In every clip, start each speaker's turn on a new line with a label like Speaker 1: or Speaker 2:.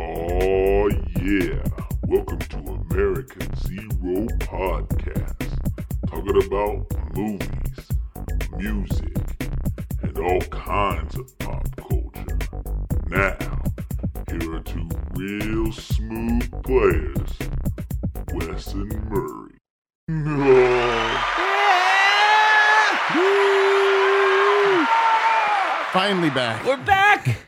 Speaker 1: Oh yeah. Welcome to American Zero Podcast. Talking about movies, music, and all kinds of pop culture. Now, here are two real smooth players, Wes and Murray. No.
Speaker 2: Finally back.
Speaker 3: We're back,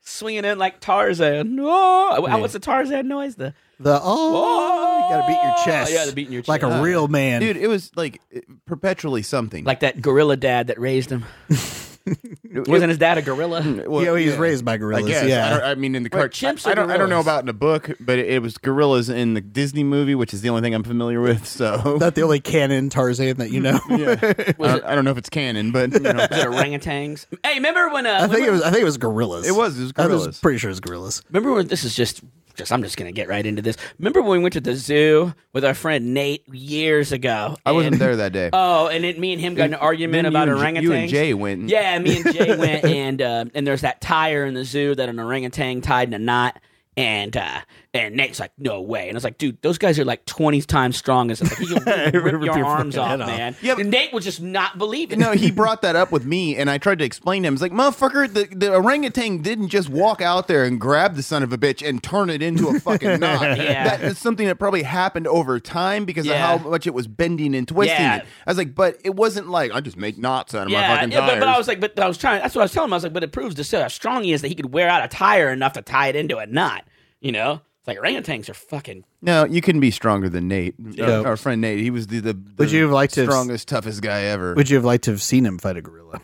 Speaker 3: swinging in like Tarzan. Oh,
Speaker 4: Yeah.
Speaker 3: what's the Tarzan noise? The
Speaker 4: The oh,
Speaker 3: Oh!
Speaker 4: you gotta beat your chest.
Speaker 3: Yeah, the beating your
Speaker 4: like
Speaker 3: chest.
Speaker 4: a real man.
Speaker 2: Dude, it was like perpetually something.
Speaker 3: like that gorilla dad that raised him. Wasn't his dad a gorilla?
Speaker 2: well,
Speaker 4: you know, he was
Speaker 2: yeah.
Speaker 4: raised by
Speaker 2: I
Speaker 4: gorillas.
Speaker 2: guess. I, don't-
Speaker 4: yeah,
Speaker 2: I mean, in the
Speaker 3: Wait,
Speaker 2: cartoon,
Speaker 3: chimps
Speaker 2: I,
Speaker 3: or
Speaker 2: I don't. I don't know
Speaker 3: gorillas?
Speaker 2: about in the book, but it, it was gorillas in the Disney movie, which is the only thing I'm familiar with. So
Speaker 4: not the only canon Tarzan that you know.
Speaker 2: Mm, yeah. I, don't, I don't know if it's canon, but you know.
Speaker 3: Was it orangutans? Hey, remember when? Uh,
Speaker 4: I think it
Speaker 3: remember-
Speaker 4: was. I think it was gorillas.
Speaker 2: It was, it was
Speaker 4: I
Speaker 2: gorillas.
Speaker 4: pretty sure it was gorillas.
Speaker 3: Remember when? This is just. Just, I'm just gonna get right into this. Remember when we went to the zoo with our friend Nate years ago?
Speaker 2: I wasn't
Speaker 3: And-
Speaker 2: there that day.
Speaker 3: Oh, and it, me and him got in an argument
Speaker 2: then
Speaker 3: about
Speaker 2: you and J-
Speaker 3: orangutans.
Speaker 2: you and Jay
Speaker 4: Mm.
Speaker 2: went.
Speaker 3: Yeah, me and Jay went, and uh, and there's that tire in the zoo that an orangutan tied in a knot, and uh, and Nate's like, no way, and I was like, dude, those guys are like 20 times strong as us. like, you can rip your arms off,
Speaker 4: head off.
Speaker 3: man.
Speaker 2: Yeah, but-
Speaker 3: and Nate would just not believe it.
Speaker 2: No, he brought that up with me, and I tried to explain to him. It's like, motherfucker, the, the orangutan didn't just walk out there and grab the son of a bitch and turn it into a fucking knot.
Speaker 3: Yeah.
Speaker 2: That is something that probably happened over time because
Speaker 3: Yeah.
Speaker 2: of how much it was bending and twisting.
Speaker 3: Yeah.
Speaker 2: It. I was like, but it wasn't like, I just make knots out of my
Speaker 3: yeah,
Speaker 2: fucking
Speaker 3: yeah,
Speaker 2: tires.
Speaker 3: but, but I was like, but I was trying. That's what I was telling him. I was like, but it proves to show how strong he is that he could wear out a tire enough to tie it into a knot. You know, it's like orangutans are fucking.
Speaker 2: no, you couldn't be stronger than Nate. uh,
Speaker 4: Yeah.
Speaker 2: Our, our friend Nate, he was the, the, the
Speaker 4: Would you have liked to have-
Speaker 2: strongest, toughest guy ever.
Speaker 4: Would you have liked to have seen him fight a gorilla?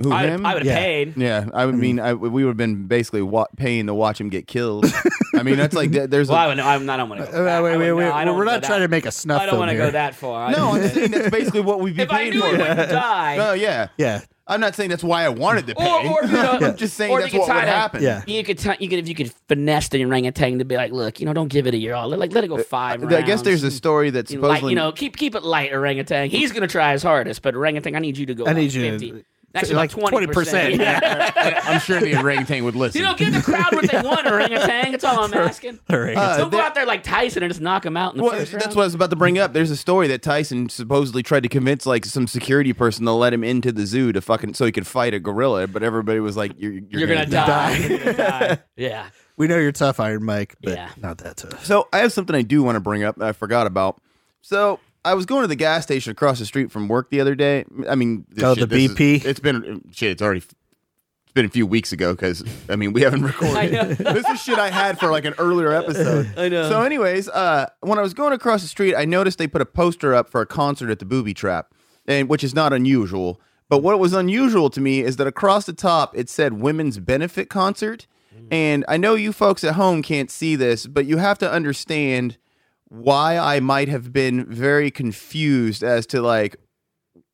Speaker 2: Who,
Speaker 3: I,
Speaker 2: him?
Speaker 3: I would have
Speaker 4: Yeah.
Speaker 3: paid.
Speaker 2: Yeah, I would
Speaker 4: Mm.
Speaker 2: mean I, we would have been basically wa- paying to watch him get killed. I mean, that's like th- there's
Speaker 3: Well, I
Speaker 2: a,
Speaker 3: would, no, I'm not. I don't want to.
Speaker 4: Uh, wait, wait, wait.
Speaker 3: I don't
Speaker 4: We're
Speaker 3: wanna
Speaker 4: not
Speaker 3: go
Speaker 4: trying
Speaker 3: that-
Speaker 4: to make a snuff
Speaker 3: I don't
Speaker 4: film
Speaker 3: want to go
Speaker 4: here.
Speaker 3: that far.
Speaker 2: no. I'm saying that's basically what we'd be
Speaker 3: if I
Speaker 2: paying
Speaker 3: knew
Speaker 2: for.
Speaker 3: I wouldn't die,
Speaker 2: No, yeah,
Speaker 4: Yeah,
Speaker 2: I'm not saying that's why I wanted to pay.
Speaker 3: Or- or, you know,
Speaker 2: I'm just saying
Speaker 3: or
Speaker 2: that's
Speaker 3: to get
Speaker 2: what would
Speaker 3: tied up.
Speaker 2: happen.
Speaker 4: Yeah.
Speaker 3: You could, t- you could, if you could finesse the orangutan to be like, look, you know, don't give it a year all. Let- Like, let it go five.
Speaker 2: Uh, I guess there's a
Speaker 3: rounds.
Speaker 2: story that
Speaker 3: You know, light,
Speaker 2: supposedly
Speaker 3: you know, keep keep it light, orangutan. He's gonna try his hardest, but orangutan, I need you to go.
Speaker 4: I need
Speaker 3: like
Speaker 4: you to-
Speaker 3: 50. Actually,
Speaker 4: like
Speaker 3: twenty
Speaker 4: 20%,
Speaker 3: percent. Yeah.
Speaker 2: I'm sure the orangutan would listen.
Speaker 3: you know, give the crowd what they want, orangutan. That's all I'm asking.
Speaker 4: All right.
Speaker 2: Uh,
Speaker 3: Don't go
Speaker 2: there-
Speaker 3: out there like Tyson and just knock him out in the
Speaker 2: Well,
Speaker 3: first
Speaker 2: that's
Speaker 3: round.
Speaker 2: what I was about to bring up. There's a story that Tyson supposedly tried to convince like some security person to let him into the zoo to fucking so he could fight a gorilla, but everybody was like, "You're, you're,
Speaker 3: You're gonna, die. You're gonna die. Yeah.
Speaker 4: we know you're tough, Iron Mike, but
Speaker 3: Yeah.
Speaker 4: not that tough.
Speaker 2: So I have something I do want to bring up that I forgot about. So I was going to the gas station across the street from work the other day. I mean, this
Speaker 4: Oh, the
Speaker 2: this is-
Speaker 4: BP?
Speaker 2: it's been shit. It's already it's been a few weeks ago because I mean we haven't
Speaker 3: I
Speaker 2: recorded.
Speaker 3: know.
Speaker 2: this is shit I had for like an earlier episode.
Speaker 3: I know.
Speaker 2: So, anyways, uh, when I was going across the street, I noticed they put a poster up for a concert at the Booby Trap, and which is not unusual. But what was unusual to me is that across the top it said "Women's Benefit Concert," and I know you folks at home can't see this, but you have to understand why I might have been very confused as to like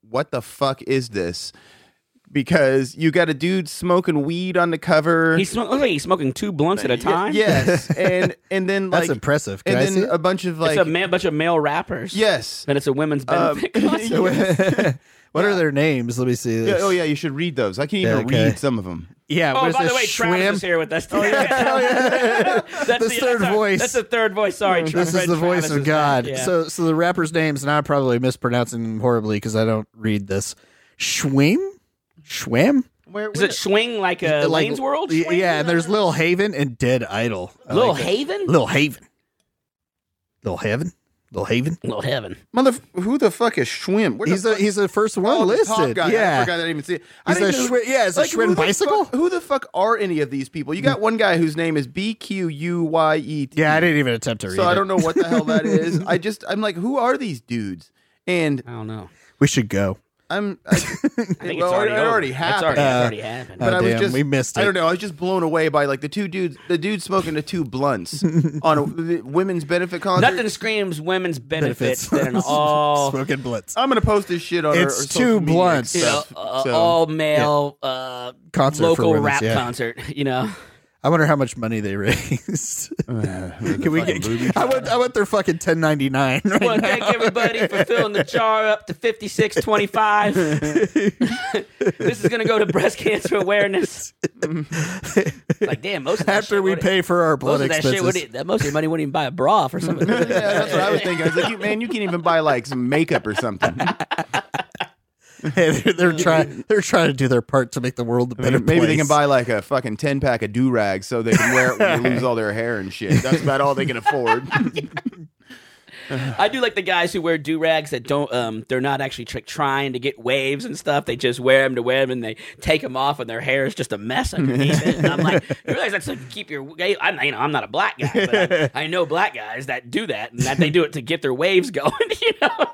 Speaker 2: what the fuck is this. Because you got a dude smoking weed on the cover.
Speaker 3: He smoke, looks like he's smoking two blunts at a
Speaker 2: Y-
Speaker 3: time.
Speaker 2: yes, and and then like
Speaker 4: That's impressive. Can
Speaker 2: and
Speaker 4: I
Speaker 2: then
Speaker 4: see it?
Speaker 2: a bunch of like
Speaker 3: it's a ma- bunch of male rappers.
Speaker 2: yes.
Speaker 3: And it's a women's
Speaker 2: Um,
Speaker 3: benefit concert.
Speaker 2: yeah,
Speaker 4: what are their names? Let me see this.
Speaker 2: oh yeah, you should read those. I can't even
Speaker 4: Yeah, okay.
Speaker 2: read some of them.
Speaker 4: yeah.
Speaker 3: Oh,
Speaker 4: what is
Speaker 3: by
Speaker 4: this,
Speaker 3: the way, Travis
Speaker 4: Schwam?
Speaker 3: is here with us. Oh,
Speaker 4: The
Speaker 3: that's
Speaker 4: third
Speaker 3: that's our-
Speaker 4: voice.
Speaker 3: That's the third voice. Sorry, Tra-
Speaker 4: This is
Speaker 3: Fred
Speaker 4: the
Speaker 3: Travis
Speaker 4: voice of
Speaker 3: back,
Speaker 4: God.
Speaker 3: yeah.
Speaker 4: So, so the rapper's names, and I'm probably mispronouncing them horribly because I don't read this. Schwim, Schwam,
Speaker 2: Where,
Speaker 3: is it swing like
Speaker 2: Uh,
Speaker 3: a
Speaker 4: Like-
Speaker 3: Lane's World?
Speaker 4: Y-
Speaker 3: Schwing?
Speaker 4: Yeah, and there's Little Haven and Dead Idol. I
Speaker 3: Little
Speaker 4: like that.
Speaker 3: Haven.
Speaker 4: Little Haven, Little Haven, Little Haven.
Speaker 3: Little Heaven.
Speaker 2: mother? Who the fuck is Schwinn? Where
Speaker 4: He's
Speaker 2: the
Speaker 4: the
Speaker 2: fuck-
Speaker 4: he's the first one
Speaker 2: oh, the top
Speaker 4: listed.
Speaker 2: guy. I
Speaker 4: Yeah,
Speaker 2: forgot I didn't even see it. I
Speaker 4: he's
Speaker 2: didn't
Speaker 4: a
Speaker 2: even-
Speaker 4: Schwinn. Yeah, is
Speaker 2: Like,
Speaker 4: a
Speaker 2: who
Speaker 4: Schwinn
Speaker 2: the
Speaker 4: bicycle?
Speaker 2: fuck- who the fuck are any of these people? You got one guy whose name is B Q U Y E T.
Speaker 4: yeah, I didn't even attempt to read.
Speaker 2: So I
Speaker 4: it.
Speaker 2: don't know what the hell that is. I just I'm like, who are these dudes? And
Speaker 3: I don't know.
Speaker 4: We should go.
Speaker 2: I'm I,
Speaker 3: I think
Speaker 2: well,
Speaker 3: it's already,
Speaker 2: it already
Speaker 3: over.
Speaker 2: happened.
Speaker 3: It's already, it's
Speaker 4: Uh,
Speaker 3: already happened.
Speaker 4: uh,
Speaker 2: but I was
Speaker 4: damn,
Speaker 2: just
Speaker 4: we missed
Speaker 2: I
Speaker 4: it.
Speaker 2: don't know. I was just blown away by like the two dudes, the dude smoking the two blunts on a the women's benefit concert.
Speaker 3: Nothing screams women's benefits,
Speaker 4: Benefits.
Speaker 3: than an all
Speaker 4: smoking blitz
Speaker 2: I'm gonna post this shit on. our-
Speaker 4: It's
Speaker 2: our
Speaker 4: two
Speaker 2: social media
Speaker 4: blunts.
Speaker 2: and
Speaker 3: you know,
Speaker 2: stuff,
Speaker 3: uh,
Speaker 2: so-
Speaker 3: all male uh,
Speaker 4: concert for
Speaker 3: local
Speaker 4: women's,
Speaker 3: rap
Speaker 4: yeah.
Speaker 3: concert. You know,
Speaker 4: I wonder how much money they raised. Can we
Speaker 2: Uh, fucking booby
Speaker 4: get? I want. I want their fucking ten ninety nine. Right
Speaker 3: I want to
Speaker 4: now.
Speaker 3: thank everybody for filling the jar up to 5625. this is going to go to breast cancer awareness. Mm-hmm. like, damn, most of that
Speaker 4: After
Speaker 3: shit
Speaker 4: we
Speaker 3: wouldn't-
Speaker 4: pay for our
Speaker 3: most
Speaker 4: blood
Speaker 3: of that
Speaker 4: expenses.
Speaker 3: shit wouldn't- that most of your money wouldn't even buy a bra for something.
Speaker 2: yeah, that's what I was thinking. I was like, you, man, you can't even buy like some makeup or something.
Speaker 4: Hey, they're, they're trying. They're trying to do their part to make the world a
Speaker 2: I mean,
Speaker 4: better
Speaker 2: maybe they
Speaker 4: place.
Speaker 2: can buy like a fucking ten pack of do rags so they can wear it when they lose all their hair and shit. That's about all they can afford.
Speaker 3: I do like the guys who wear do rags that don't. Um, they're not actually tr- trying to get waves and stuff. They just wear them to wear them, and they take them off, and their hair is just a mess underneath it. And I'm like, you realize that's to keep your. I'm you know I'm not a black guy, but I, I know black guys that do that, and that they do it to get their waves going. You know.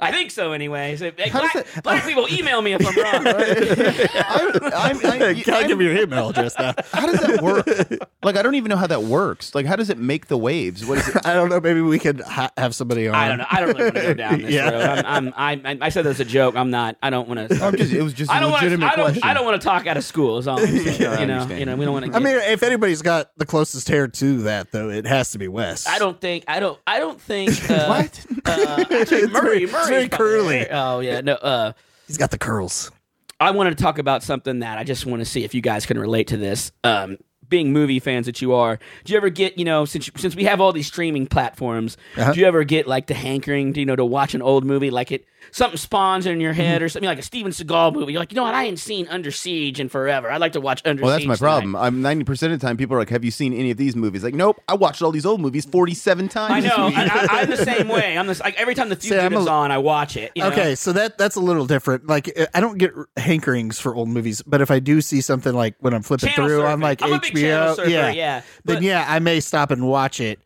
Speaker 3: I think so, anyways. If- hey,
Speaker 2: does
Speaker 3: black, black people email me if I'm wrong.
Speaker 2: I'm, I'm,
Speaker 4: Can I give you your email address now?
Speaker 2: how does that work? Like, I don't even know how that works. Like, how does it make the waves? What is it?
Speaker 4: I don't know. Maybe we could ha- have somebody on.
Speaker 3: I don't know. I don't really want to go down this
Speaker 4: Yeah.
Speaker 3: road. I'm, I'm, I'm, I said that's a joke. I'm not. I don't want to.
Speaker 2: I'm just, it was just
Speaker 3: I
Speaker 2: a
Speaker 3: don't want to.
Speaker 2: legitimate
Speaker 3: I don't.
Speaker 2: question.
Speaker 3: I don't want to talk out of school. Is all I'm saying.
Speaker 2: Yeah, I
Speaker 3: you know.
Speaker 2: understand.
Speaker 3: You know. We don't want to.
Speaker 4: I mean, if anybody's got the closest hair to that, though, it has to be Wes.
Speaker 3: I don't think. I don't. I don't think. Uh,
Speaker 2: What?
Speaker 3: Uh, actually,
Speaker 4: It's
Speaker 3: Murray. Murray.
Speaker 4: very- it's very curly.
Speaker 3: Oh yeah. No. Uh,
Speaker 4: He's got the curls.
Speaker 3: I wanted to talk about something that I just want to see if you guys can relate to this. Um, being movie fans that you are, do you ever get you know since since we have all these streaming platforms,
Speaker 2: Uh-huh.
Speaker 3: do you ever get like the hankering to you know to watch an old movie like it something spawns in your
Speaker 2: Mm-hmm.
Speaker 3: head or something like a Steven Seagal movie? You're like, you know what? I ain't seen Under Siege in forever. I'd like to watch Under.
Speaker 2: Well, that's
Speaker 3: Siege
Speaker 2: my
Speaker 3: tonight."
Speaker 2: problem. I'm 90% of the time, people are like, Have you seen any of these movies? Like, nope, I watched all these old movies 47 times.
Speaker 3: I know.
Speaker 2: this week."
Speaker 3: I, I, I'm the same way. I'm this like every time the
Speaker 4: See,
Speaker 3: future
Speaker 4: I'm a-
Speaker 3: is on, I watch it. you know?
Speaker 4: Okay, so that that's a little different. Like, eh, I don't get hankerings for old movies, but if I do see something like when I'm flipping
Speaker 3: Channel
Speaker 4: through
Speaker 3: surfing.
Speaker 4: on like
Speaker 3: I'm a
Speaker 4: HBO,
Speaker 3: big channel surfer,
Speaker 4: yeah,
Speaker 3: yeah. But-
Speaker 4: then yeah, I may stop and watch it.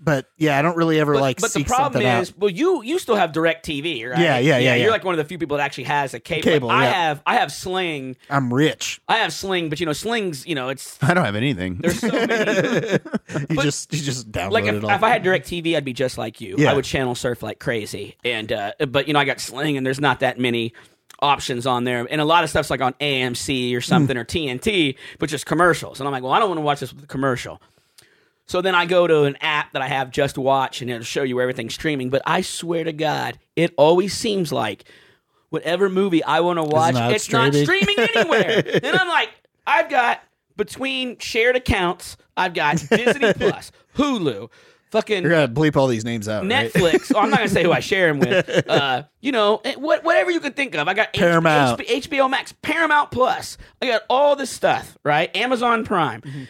Speaker 4: But yeah, I don't really ever
Speaker 3: But,
Speaker 4: like
Speaker 3: but the
Speaker 4: seek
Speaker 3: problem
Speaker 4: something
Speaker 3: is,
Speaker 4: out.
Speaker 3: well, you you still have Direct TV, right?
Speaker 4: Yeah, yeah, yeah,
Speaker 3: You're
Speaker 4: yeah.
Speaker 3: like one of the few people that actually has a cable.
Speaker 4: Cable,
Speaker 3: Like, I
Speaker 4: yeah.
Speaker 3: have I have Sling.
Speaker 4: I'm rich.
Speaker 3: I have Sling, but you know, Sling's you know, it's
Speaker 2: I don't have anything.
Speaker 3: there's so many.
Speaker 4: You just you just download
Speaker 3: like
Speaker 4: it
Speaker 3: if,
Speaker 4: all.
Speaker 3: if I had Direct TV, I'd be just like you.
Speaker 4: Yeah.
Speaker 3: I would channel surf like crazy, and uh, but you know, I got Sling, and there's not that many options on there, and a lot of stuff's like on AMC
Speaker 4: Hmm.
Speaker 3: or something or TNT, which is commercials, and I'm like, well, I don't want to watch this with a commercial. So then I go to an app that I have just watch and it'll show you everything streaming. But I swear to God, it always seems like whatever movie I want to watch,
Speaker 4: not
Speaker 3: it's not
Speaker 4: streaming.
Speaker 3: streaming anywhere. and I'm like, I've got between shared accounts, I've got Disney Plus, Hulu, fucking
Speaker 4: You're gonna bleep all these names out. right?
Speaker 3: Netflix. oh, I'm not gonna say who I share them with. Uh, you know, eh, what, whatever you can think of. I got H-
Speaker 4: Paramount.
Speaker 3: H- HBO Max, Paramount Plus. I got all this stuff, right? Amazon Prime,
Speaker 4: Mm-hmm.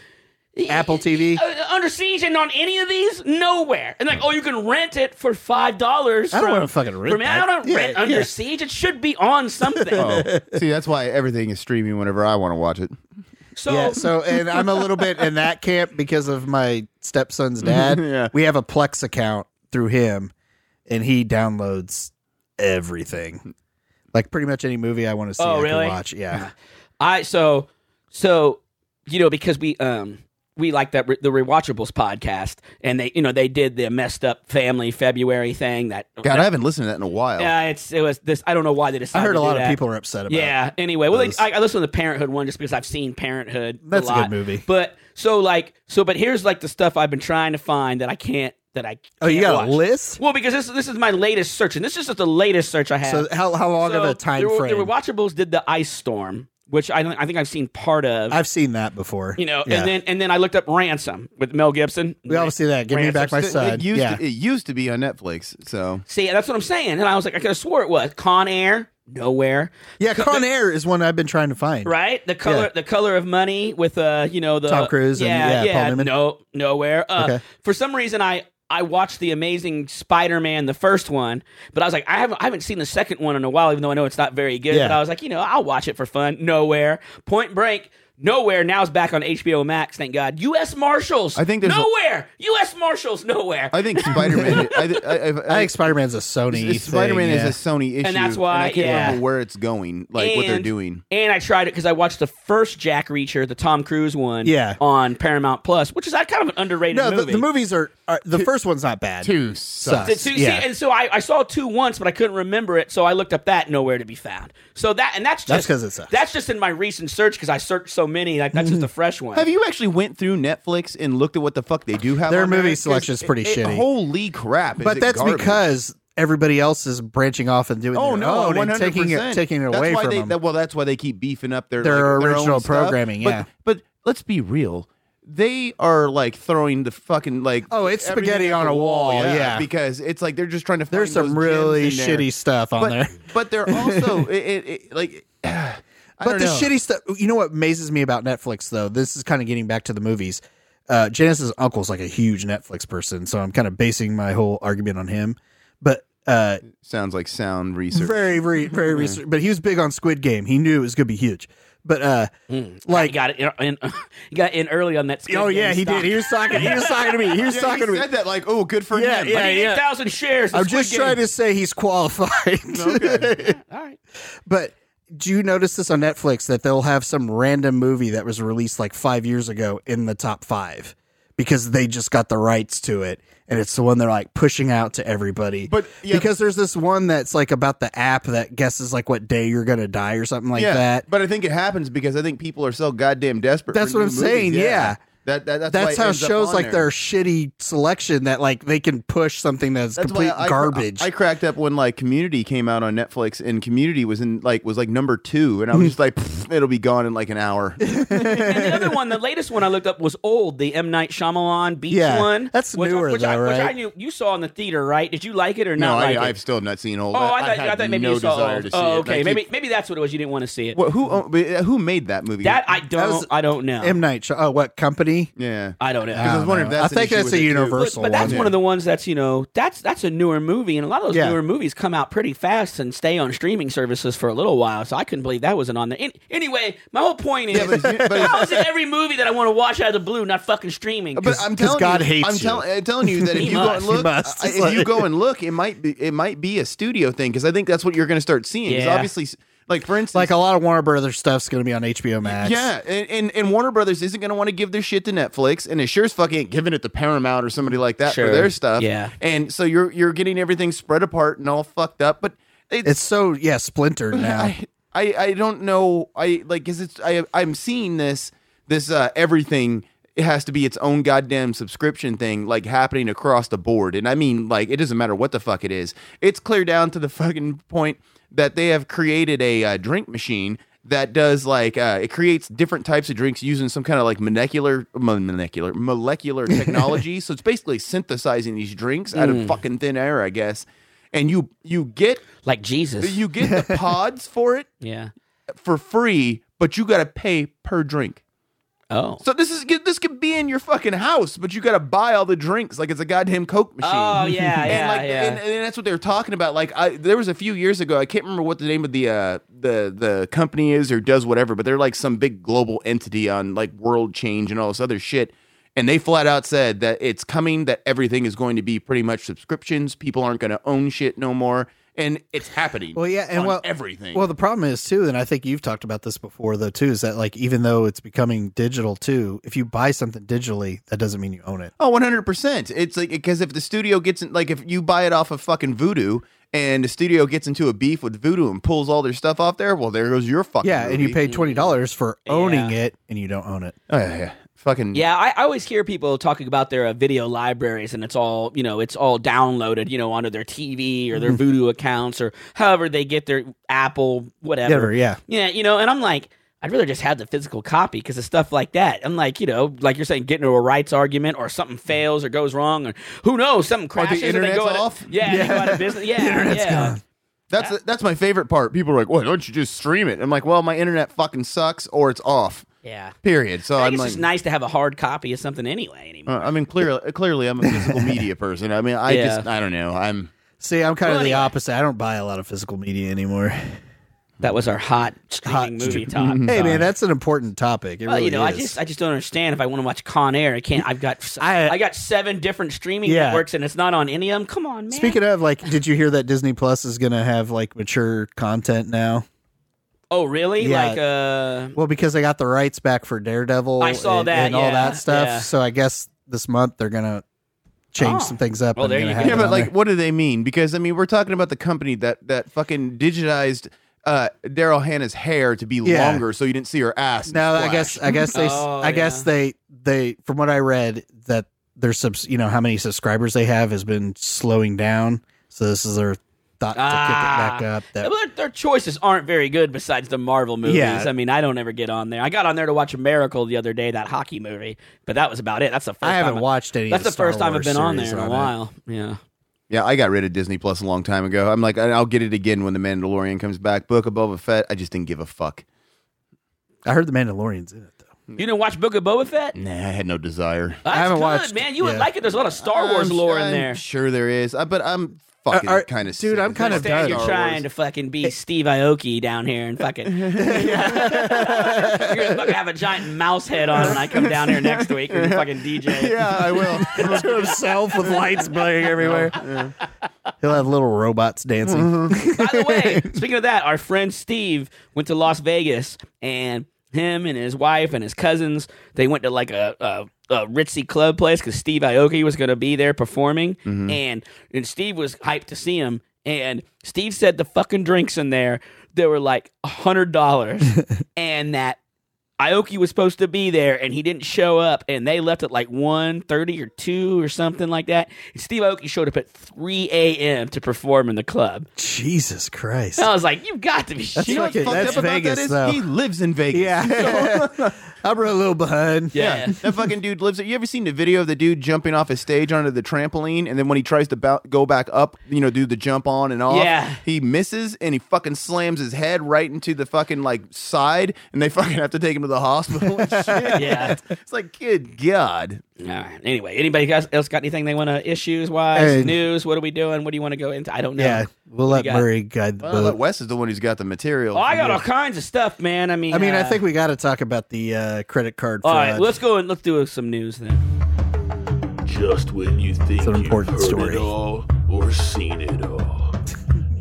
Speaker 4: Apple TV.
Speaker 3: Uh, under siege, and on any of these, nowhere. And like, oh, you can rent it for five dollars.
Speaker 4: I don't wanna fucking rent
Speaker 3: From, I
Speaker 4: that.
Speaker 3: don't
Speaker 4: Yeah,
Speaker 3: rent Under
Speaker 4: yeah.
Speaker 3: Siege. It should be on something.
Speaker 2: Oh, see, that's why everything is streaming whenever I want to watch it.
Speaker 3: So,
Speaker 4: Yeah, so and I'm a little bit in that camp because of my stepson's dad.
Speaker 2: Yeah.
Speaker 4: We have a Plex account through him and he downloads everything. Like pretty much any movie I want to see
Speaker 3: Oh,
Speaker 4: I
Speaker 3: really?
Speaker 4: can watch. Yeah.
Speaker 3: I so so you know because we um we like that re- the rewatchables podcast and they you know they did the messed up family February thing that
Speaker 2: God, I haven't listened to that in a while.
Speaker 3: yeah it's it was this I don't know why they
Speaker 4: I
Speaker 3: decided
Speaker 4: heard
Speaker 3: to
Speaker 4: a
Speaker 3: do
Speaker 4: lot of
Speaker 3: that.
Speaker 4: people are upset about it.
Speaker 3: yeah anyway well they,
Speaker 4: those.
Speaker 3: I, I listened to the Parenthood one just because I've seen Parenthood
Speaker 4: That's
Speaker 3: a
Speaker 4: a good
Speaker 3: lot
Speaker 4: movie.
Speaker 3: but so like so but here's like the stuff I've been trying to find that I can't that I
Speaker 4: Oh, you
Speaker 3: can't
Speaker 4: got
Speaker 3: watch.
Speaker 4: a list?
Speaker 3: well because this this is my latest search and this is just the latest search I have
Speaker 4: So how how long of
Speaker 3: So
Speaker 4: a time
Speaker 3: the,
Speaker 4: frame?
Speaker 3: the rewatchables did the Ice Storm which I don't, I think I've seen part of
Speaker 4: I've seen that before.
Speaker 3: you know,
Speaker 4: Yeah.
Speaker 3: and then and then I looked up Ransom with Mel Gibson.
Speaker 4: we all see that. Give me
Speaker 3: Ransom
Speaker 4: back my
Speaker 2: It-
Speaker 4: side.
Speaker 2: It used,
Speaker 4: yeah.
Speaker 2: to, it used to be on Netflix, so
Speaker 3: See, that's what I'm saying. And I was like, I could have swore it was Con Air, nowhere,
Speaker 4: yeah, Con Air is one I've been trying to find.
Speaker 3: right? The color,
Speaker 4: Yeah.
Speaker 3: the color of money with uh, you know, the
Speaker 4: Tom Cruise and-
Speaker 3: yeah,
Speaker 4: yeah, Paul Newman.
Speaker 3: no, nowhere. Uh,
Speaker 4: Okay.
Speaker 3: For some reason, I I watched the Amazing Spider-Man, the first one, but I was like, I haven't I haven't seen the second one in a while, even though I know it's not very good.
Speaker 4: Yeah.
Speaker 3: But I was like, you know, I'll watch it for fun. Nowhere, Point Break. Nowhere now is back on HBO Max. Thank God. U.S. Marshals.
Speaker 2: I think there's a-
Speaker 3: nowhere. U.S. Marshals. Nowhere.
Speaker 2: I think Spider Man. I, I, I,
Speaker 4: I think Spider Man's a Sony. thing,
Speaker 2: Spider Man
Speaker 4: yeah.
Speaker 2: is a Sony issue,
Speaker 3: that's why-
Speaker 2: I can't
Speaker 3: yeah.
Speaker 2: remember where it's going, like what they're
Speaker 3: And-
Speaker 2: doing.
Speaker 3: And I tried it because I watched the first Jack Reacher, the Tom Cruise one,
Speaker 4: Yeah.
Speaker 3: on Paramount Plus, which is uh, kind of an underrated
Speaker 4: no,
Speaker 3: movie.
Speaker 4: The, the movies are, are the first one's not bad.
Speaker 2: Two
Speaker 3: The
Speaker 4: sucks.
Speaker 3: two- see,
Speaker 4: yeah.
Speaker 3: and so I, I saw two once, but I couldn't remember it, so I looked up that nowhere to be found. So that and that's just
Speaker 4: That's 'cause it sucks. Mm-hmm.
Speaker 3: that's just in my recent search because I searched so many. Like that's just the fresh one.
Speaker 2: Have you actually went through Netflix and looked at what the fuck they do have?
Speaker 4: Their
Speaker 2: on there?
Speaker 4: movie
Speaker 2: 'Cause
Speaker 4: selection's pretty
Speaker 2: it- it-
Speaker 4: shitty.
Speaker 2: Holy crap! is
Speaker 4: but
Speaker 2: it
Speaker 4: that's
Speaker 2: garbage.
Speaker 4: because everybody else is branching off and doing
Speaker 2: Oh
Speaker 4: their
Speaker 2: no!
Speaker 4: own
Speaker 2: One
Speaker 4: and
Speaker 2: hundred
Speaker 4: taking it
Speaker 2: percent.
Speaker 4: taking it
Speaker 2: that's
Speaker 4: away
Speaker 2: why
Speaker 4: from
Speaker 2: they,
Speaker 4: them.
Speaker 2: That, well, that's why they keep beefing up their
Speaker 4: Their
Speaker 2: like,
Speaker 4: original
Speaker 2: own stuff.
Speaker 4: programming, yeah.
Speaker 2: but, but let's be real. They are like throwing the fucking like
Speaker 4: Oh, it's
Speaker 2: everything
Speaker 4: spaghetti
Speaker 2: at
Speaker 4: on
Speaker 2: the
Speaker 4: a
Speaker 2: wall,
Speaker 4: wall, yeah.
Speaker 2: because it's like they're just trying to. Find
Speaker 4: There's some
Speaker 2: those gems
Speaker 4: really
Speaker 2: in there.
Speaker 4: shitty stuff on
Speaker 2: but,
Speaker 4: there.
Speaker 2: But they're also it, it, it, like. I
Speaker 4: But
Speaker 2: don't
Speaker 4: the
Speaker 2: know.
Speaker 4: shitty stuff. You know what amazes me about Netflix though? This is kind of getting back to the movies. Uh, Janice's uncle's like a huge Netflix person, so I'm kind of basing my whole argument on him. But uh,
Speaker 2: sounds like sound research.
Speaker 4: very, very, very recent. But he was big on Squid Game. He knew it was going to be huge. But uh,
Speaker 3: He
Speaker 4: like,
Speaker 3: got it in, in, he got in early on that. Squid
Speaker 4: oh
Speaker 3: Game
Speaker 4: yeah, he
Speaker 3: stock.
Speaker 4: did. He was talking. He was talking to me. He was
Speaker 2: Yeah,
Speaker 4: talking
Speaker 2: he
Speaker 4: to me.
Speaker 2: said that like, oh, good for
Speaker 4: Yeah,
Speaker 2: him.
Speaker 4: yeah.
Speaker 2: Like,
Speaker 3: 88,000 shares.
Speaker 4: I'm just trying to say he's qualified.
Speaker 3: All right.
Speaker 4: But do you notice this on Netflix that they'll have some random movie that was released like five years ago in the top five because they just got the rights to it and it's the one they're like pushing out to everybody.
Speaker 2: But, yeah.
Speaker 4: because there's this one that's like about the app that guesses like what day you're gonna die or something like
Speaker 2: yeah.
Speaker 4: that.
Speaker 2: But I think it happens because I think people are so goddamn desperate.
Speaker 4: That's
Speaker 2: for
Speaker 4: what
Speaker 2: new
Speaker 4: I'm saying,
Speaker 2: movies.
Speaker 4: yeah.
Speaker 2: That, that that's, why it
Speaker 4: That's how
Speaker 2: ends up
Speaker 4: shows
Speaker 2: on
Speaker 4: like
Speaker 2: there.
Speaker 4: their shitty selection that like they can push something that's,
Speaker 2: That's why
Speaker 4: complete
Speaker 2: I- I-
Speaker 4: garbage.
Speaker 2: I, cracked up when like Community came out on Netflix, and Community was in like was like number two, and I was just like, "Pfft, it'll be gone in like an hour.
Speaker 3: And the other one, the latest one I looked up was old, the M Night Shyamalan Beach
Speaker 4: Yeah,
Speaker 3: one.
Speaker 4: that's
Speaker 3: which,
Speaker 4: newer
Speaker 3: which I,
Speaker 4: though,
Speaker 3: Which I
Speaker 4: right?
Speaker 3: knew you saw in the theater, right? Did you like it or
Speaker 2: no,
Speaker 3: not? like
Speaker 2: I,
Speaker 3: it?
Speaker 2: I've still not seen old.
Speaker 3: Oh, I thought,
Speaker 2: had
Speaker 3: I thought maybe
Speaker 2: no
Speaker 3: you saw.
Speaker 2: desire
Speaker 3: old.
Speaker 2: to see
Speaker 3: oh,
Speaker 2: it.
Speaker 3: okay.
Speaker 2: I
Speaker 3: Maybe
Speaker 2: keep-
Speaker 3: maybe that's what it was. You didn't want to see it.
Speaker 2: Well, who own- who made that movie?
Speaker 3: that I don't.
Speaker 4: was-
Speaker 3: I don't know.
Speaker 4: M Night. Shy- Oh, what company?
Speaker 2: yeah.
Speaker 3: I don't know.
Speaker 2: I was
Speaker 4: don't
Speaker 2: wondering
Speaker 4: know.
Speaker 2: if that's
Speaker 4: I
Speaker 2: an
Speaker 4: think
Speaker 2: issue
Speaker 4: that's
Speaker 2: with
Speaker 4: a
Speaker 2: it, too.
Speaker 3: but,
Speaker 4: universal
Speaker 3: but that's
Speaker 4: one.
Speaker 3: one of the ones that's you know that's that's a newer movie, and a lot of those
Speaker 4: Yeah.
Speaker 3: newer movies come out pretty fast and stay on streaming services for a little while. So I couldn't believe that wasn't on there. An- anyway, my whole point is,
Speaker 2: Yeah, but it's- but it's-
Speaker 3: how is it every movie that I want to watch out of the blue not fucking streaming?
Speaker 2: But I'm
Speaker 4: 'cause
Speaker 2: telling
Speaker 4: God
Speaker 2: you,
Speaker 4: hates
Speaker 2: I'm,
Speaker 4: you.
Speaker 2: tell- I'm telling you that if
Speaker 3: He
Speaker 2: you go
Speaker 3: must,
Speaker 2: and
Speaker 4: he
Speaker 2: look,
Speaker 4: must.
Speaker 2: I-
Speaker 4: It's
Speaker 2: if you
Speaker 4: like-
Speaker 2: go and look, it might be it might be a studio thing because I think that's what you're going to start seeing. 'Cause
Speaker 3: Yeah.
Speaker 2: obviously, like for instance,
Speaker 4: like a lot of Warner Brothers stuff's going to be on HBO Max.
Speaker 2: yeah, and, and and Warner Brothers isn't going to want to give their shit to Netflix, and it sure as fuck ain't giving it to Paramount or somebody like that
Speaker 3: Sure.
Speaker 2: for their stuff.
Speaker 3: Yeah.
Speaker 2: and so you're you're getting everything spread apart and all fucked up. But it's,
Speaker 4: It's so yeah, splintered now.
Speaker 2: I, I I don't know. I like because it's I I'm seeing this this uh, everything. It has to be its own goddamn subscription thing, like happening across the board. And I mean, like it doesn't matter what the fuck it is. It's clear down to the fucking point that they have created a uh, drink machine that does like uh, it creates different types of drinks using some kind of like molecular mo- molecular molecular technology. so it's basically synthesizing these drinks out of fucking thin air, I guess. And you you get
Speaker 3: like Jesus.
Speaker 2: you get the pods for it
Speaker 3: yeah.
Speaker 2: for free, but you got to pay per drink.
Speaker 3: Oh.
Speaker 2: So this is this could be in your fucking house, but you got to buy all the drinks like it's a goddamn Coke machine.
Speaker 3: Oh yeah, yeah,
Speaker 2: and like,
Speaker 3: yeah.
Speaker 2: and, and that's what they were talking about. Like, I, there was a few years ago. I can't remember what the name of the uh, the the company is or does whatever, but they're like some big global entity on like world change and all this other shit. And they flat out said that it's coming. That everything is going to be pretty much subscriptions. People aren't going to own shit no more, and it's happening.
Speaker 4: Well, yeah, and
Speaker 2: on
Speaker 4: well-
Speaker 2: everything.
Speaker 4: Well, the problem is too, and I think you've talked about this before though too, is that like even though it's becoming digital too, if you buy something digitally, that doesn't mean you own it.
Speaker 2: Oh, 100%. It's like, because if the studio gets in, like, if you buy it off of fucking Voodoo and the studio gets into a beef with Voodoo and pulls all their stuff off there, well, there goes your fucking.
Speaker 4: Yeah, and you
Speaker 2: movie.
Speaker 4: pay twenty dollars for owning
Speaker 3: Oh, Yeah.
Speaker 4: it, and you don't own it.
Speaker 2: Oh, yeah, yeah. Fucking.
Speaker 3: Yeah, I, I always hear people talking about their uh, video libraries, and it's all you know, it's all downloaded, you know, onto their TV or their
Speaker 2: Mm-hmm.
Speaker 3: Voodoo accounts or however they get their Apple whatever.
Speaker 4: Never, yeah.
Speaker 3: Yeah, you know, and I'm like, I'd rather just have the physical copy because of stuff like that. I'm like, you know, like you're saying, getting into a rights argument or something fails or goes wrong, or who knows, something crashes and they
Speaker 2: internet's
Speaker 3: go out of-
Speaker 2: off?
Speaker 3: yeah, they go out of business. Yeah,
Speaker 4: internet's
Speaker 3: yeah.
Speaker 4: gone.
Speaker 2: That's that's my favorite part. People are like, why don't you just stream it? I'm like, well, my internet fucking sucks or it's off.
Speaker 3: Yeah.
Speaker 2: Period. So
Speaker 3: I
Speaker 2: I'm
Speaker 3: think it's
Speaker 2: like.
Speaker 3: just nice to have a hard copy of something anyway. Anymore.
Speaker 2: uh, I mean, clearly, clearly, I'm a physical media person. I mean, I
Speaker 3: Yeah.
Speaker 2: just, I don't know. I'm.
Speaker 4: See, I'm kind
Speaker 3: Well,
Speaker 4: of the
Speaker 3: anyway.
Speaker 4: opposite. I don't buy a lot of physical media anymore.
Speaker 3: That was our hot streaming
Speaker 4: Hot mm-hmm.
Speaker 3: movie
Speaker 4: stre-
Speaker 3: top.
Speaker 4: hey, man, that's an important topic. It
Speaker 3: Well,
Speaker 4: really
Speaker 3: you know,
Speaker 4: is.
Speaker 3: I just I just don't understand if I want to watch Con Air, I can't. I've got I,
Speaker 4: I-
Speaker 3: got seven different streaming
Speaker 4: Yeah.
Speaker 3: networks, and it's not on any of them. Come on, man.
Speaker 4: Speaking of, like, did you hear that Disney Plus is going to have like mature content now?
Speaker 3: oh, really?
Speaker 4: Yeah.
Speaker 3: Like, uh,
Speaker 4: Well, because they got the rights back for Daredevil.
Speaker 3: I saw
Speaker 4: and,
Speaker 3: that,
Speaker 4: and all
Speaker 3: yeah,
Speaker 4: that stuff.
Speaker 3: yeah.
Speaker 4: So I guess this month they're gonna change
Speaker 3: Oh.
Speaker 4: some things up.
Speaker 3: Well,
Speaker 4: and
Speaker 3: there
Speaker 4: gonna
Speaker 3: you
Speaker 4: have
Speaker 3: go.
Speaker 2: Yeah,
Speaker 4: it
Speaker 2: but
Speaker 4: on
Speaker 2: like,
Speaker 4: there.
Speaker 2: what do they mean? Because I mean, we're talking about the company that that fucking digitized uh, Daryl Hannah's hair to be
Speaker 4: Yeah.
Speaker 2: longer, so you didn't see her ass.
Speaker 4: No, I
Speaker 2: splash.
Speaker 4: guess I guess they s
Speaker 3: Oh,
Speaker 4: I guess
Speaker 3: yeah.
Speaker 4: they they from what I read that their subs you know how many subscribers they have has been slowing down. So this is their thought
Speaker 3: Ah.
Speaker 4: to kick it back up. That
Speaker 3: Their, their choices aren't very good besides the Marvel movies.
Speaker 4: Yeah.
Speaker 3: I mean, I don't ever get on there. I got on there to watch Miracle the other day, that hockey movie, but that was about it. That's the first
Speaker 4: I haven't
Speaker 3: time
Speaker 4: watched any.
Speaker 3: That's
Speaker 4: of the,
Speaker 3: the first
Speaker 4: Star
Speaker 3: time I've
Speaker 4: Wars
Speaker 3: been on
Speaker 4: series
Speaker 3: there in a
Speaker 4: it.
Speaker 3: while. Yeah.
Speaker 2: Yeah, I got rid of Disney Plus a long time ago. I'm like, I- I'll get it again when the Mandalorian comes back. Book of Boba Fett, I just didn't give a fuck.
Speaker 4: I heard the Mandalorian's in it though.
Speaker 3: You didn't watch Book of Boba Fett?
Speaker 2: Nah, I had no desire.
Speaker 3: That's
Speaker 4: haven't
Speaker 3: good,
Speaker 4: watched-
Speaker 3: man. You would
Speaker 4: yeah.
Speaker 3: like it. There's a lot of Uh, Star Wars
Speaker 2: I'm-
Speaker 3: lore in
Speaker 2: I'm
Speaker 3: there.
Speaker 2: Sure, there is. I, but I'm fucking
Speaker 4: Uh, are-
Speaker 2: kind of
Speaker 4: dude, I'm kind of
Speaker 3: Understand
Speaker 4: done.
Speaker 3: You're trying to fucking be Steve Aoki down here and fucking. you're gonna fucking have a giant mouse head on when I come down here next week and fucking DJ.
Speaker 2: Yeah, I will.
Speaker 4: to himself with lights blaring everywhere. He'll have little robots dancing.
Speaker 3: By the way, speaking of that, our friend Steve went to Las Vegas and him and his wife and his cousins they went to like a, a, a ritzy club place because Steve Aoki was going to be there performing and and Steve was hyped to see him and Steve said the fucking drinks in there they were like a hundred dollars and that Aoki was supposed to be there and he didn't show up and they left at like 1.30 or 2 or something like that. And Steve Aoki showed up at 3 a.m. to perform in the club.
Speaker 4: Jesus Christ.
Speaker 3: I was like, you've got to be
Speaker 4: That's
Speaker 3: shitting.
Speaker 2: You know what's
Speaker 4: Fucking-
Speaker 2: fucked
Speaker 4: that's
Speaker 2: up about
Speaker 4: Vegas,
Speaker 2: that is
Speaker 4: though.
Speaker 2: he lives in Vegas.
Speaker 4: Yeah. I'm a little behind.
Speaker 3: yeah.
Speaker 2: that fucking dude lives. there. You ever seen the video of the dude jumping off his stage onto the trampoline, and then when he tries to bou- go back up, you know, do the jump on and off,
Speaker 3: Yeah.
Speaker 2: he misses and he fucking slams his head right into the fucking like side, and they fucking have to take him to the hospital. and shit.
Speaker 3: Yeah.
Speaker 2: It's like, good god,
Speaker 3: All right. Anyway, anybody guys else got anything they want to issues wise
Speaker 4: Hey.
Speaker 3: news? What are we doing? What do you want to go into? I don't know.
Speaker 4: Yeah. We'll
Speaker 3: What
Speaker 4: let
Speaker 3: do you got?
Speaker 4: Murray guide the
Speaker 2: well,
Speaker 4: boat.
Speaker 2: Wes is the one who's got the material.
Speaker 3: Oh, I got all kinds of stuff, man. I mean,
Speaker 4: I mean, I
Speaker 3: uh,
Speaker 4: think we got to talk about the uh, credit card fraud.
Speaker 3: All right, let's go and let's do some news then.
Speaker 1: Just when you think
Speaker 4: It's an important
Speaker 1: you've heard
Speaker 4: story.
Speaker 1: it all or seen it all,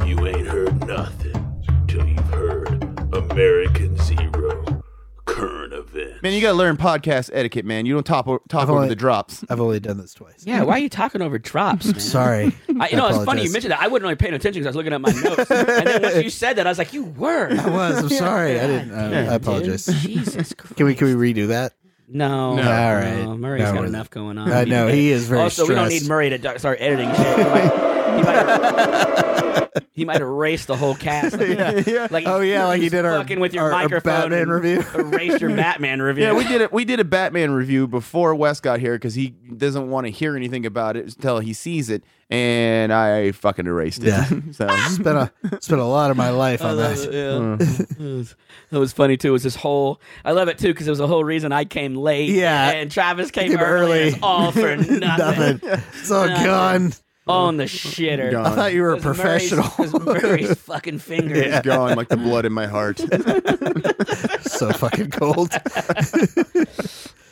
Speaker 1: you ain't heard nothing till you've heard American Zero current event.
Speaker 2: Man, you gotta learn podcast etiquette, man. You don't top o- top
Speaker 4: I've
Speaker 2: over
Speaker 4: only-
Speaker 2: the drops.
Speaker 4: I've only done this twice.
Speaker 3: Yeah, why are you talking over drops, man?
Speaker 4: Sorry.
Speaker 3: I, you know, it's funny
Speaker 4: apologize.
Speaker 3: you mentioned that. I wasn't really paying attention because I was looking at my notes, and then once you said that, I was like, "You were."
Speaker 4: I was. I'm sorry. I didn't. Uh, I apologize.
Speaker 3: Dude, Jesus Christ.
Speaker 4: Can we can we redo that?
Speaker 3: No, no,
Speaker 4: All right.
Speaker 3: Murray's
Speaker 4: No,
Speaker 3: got
Speaker 4: we're-
Speaker 3: enough going on.
Speaker 4: I know, he is very
Speaker 3: Also, we don't
Speaker 4: stressed.
Speaker 3: need Murray to do- start editing shit. He might, he might- he might erase the whole cast. Like,
Speaker 4: Oh, yeah, like he
Speaker 3: he's
Speaker 4: did our-
Speaker 3: fucking with your
Speaker 4: our- our
Speaker 3: microphone
Speaker 4: Batman
Speaker 3: and
Speaker 4: review.
Speaker 3: erase your Batman review.
Speaker 2: Yeah, we did it. We did a Batman review before Wes got here because he doesn't want to hear anything about it until he sees it, and I fucking erased it.
Speaker 4: Yeah.
Speaker 2: so
Speaker 4: Spent a spent a lot of my life
Speaker 3: I
Speaker 4: on
Speaker 3: love
Speaker 4: that.
Speaker 3: it, yeah. It was, it was funny too. It was this whole. I love it too because it was the whole reason I came late.
Speaker 4: Yeah.
Speaker 3: and Travis came,
Speaker 4: Came
Speaker 3: early.
Speaker 4: early.
Speaker 3: and It's all for nothing.
Speaker 4: Nothing. It's all
Speaker 3: Nothing.
Speaker 4: gone.
Speaker 3: On the shitter.
Speaker 2: Gone.
Speaker 4: I thought you were a
Speaker 3: It was Murray's-
Speaker 4: professional.
Speaker 3: it was Murray's fucking fingers.
Speaker 2: it's gone like the blood in my heart.
Speaker 4: so fucking cold.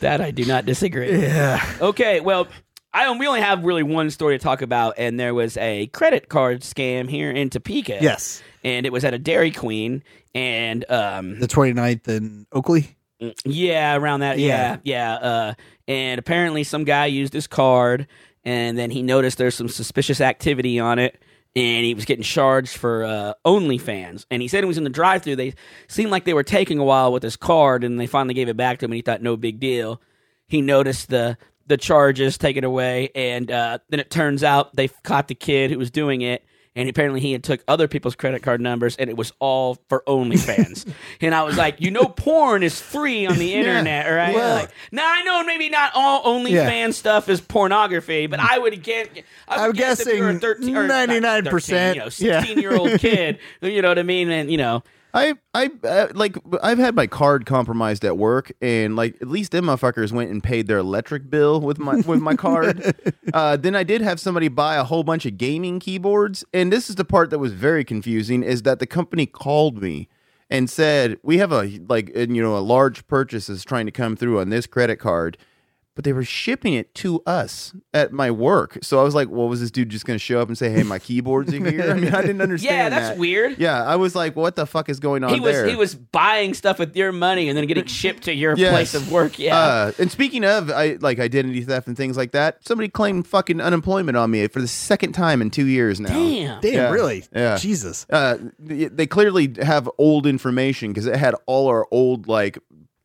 Speaker 3: That I do not disagree.
Speaker 4: Yeah.
Speaker 3: Okay, well, I we only have really one story to talk about, and there was a credit card scam here in Topeka.
Speaker 4: Yes.
Speaker 3: and it was at a Dairy Queen, and um,
Speaker 4: The 29th in Oakley.
Speaker 3: yeah, around that, yeah, yeah, uh, and apparently some guy used his card, and then he noticed there's some suspicious activity on it. And he was getting charged for uh, OnlyFans, and he said he was in the drive-through. They seemed like they were taking a while with his card, and they finally gave it back to him. And he thought no big deal, he noticed the the charges taken away, and uh, then it turns out they caught the kid who was doing it, and apparently he had took other people's credit card numbers, and it was all for OnlyFans. and I was like, you know, porn is free on the internet, right?
Speaker 4: well-
Speaker 3: like, now I know maybe not all OnlyFans stuff is pornography, but I would guess. I
Speaker 4: I'm
Speaker 3: would guess if
Speaker 4: guessing
Speaker 3: you're a 13 or not
Speaker 4: 99%,
Speaker 3: 13, you know,
Speaker 4: yeah.
Speaker 3: sixteen year old kid, you know what I mean, and you know.
Speaker 2: I I uh, like I've had my card compromised at work, and like at least them motherfuckers went and paid their electric bill with my with my card. uh, then I did have somebody buy a whole bunch of gaming keyboards, and this is the part that was very confusing: is that the company called me and said we have a like and, you know a large purchase is trying to come through on this credit card. but they were shipping it to us at my work. So I was like, well, was this dude just going to show up and say, hey, my keyboard's in here? I mean, I didn't understand.
Speaker 3: Yeah, that's
Speaker 2: that.
Speaker 3: weird.
Speaker 2: Yeah, I was like, what the fuck is going on
Speaker 3: he was
Speaker 2: there?
Speaker 3: he was buying stuff with your money and then getting shipped to your
Speaker 2: Yes.
Speaker 3: place of work. Yeah.
Speaker 2: Uh, and speaking of I, like identity theft and things like that, somebody claimed fucking unemployment on me for the second time in two years now.
Speaker 3: Damn.
Speaker 4: Damn,
Speaker 2: Yeah.
Speaker 4: really?
Speaker 2: Yeah.
Speaker 4: Jesus.
Speaker 2: Uh, th- they clearly have old information because it had all our old like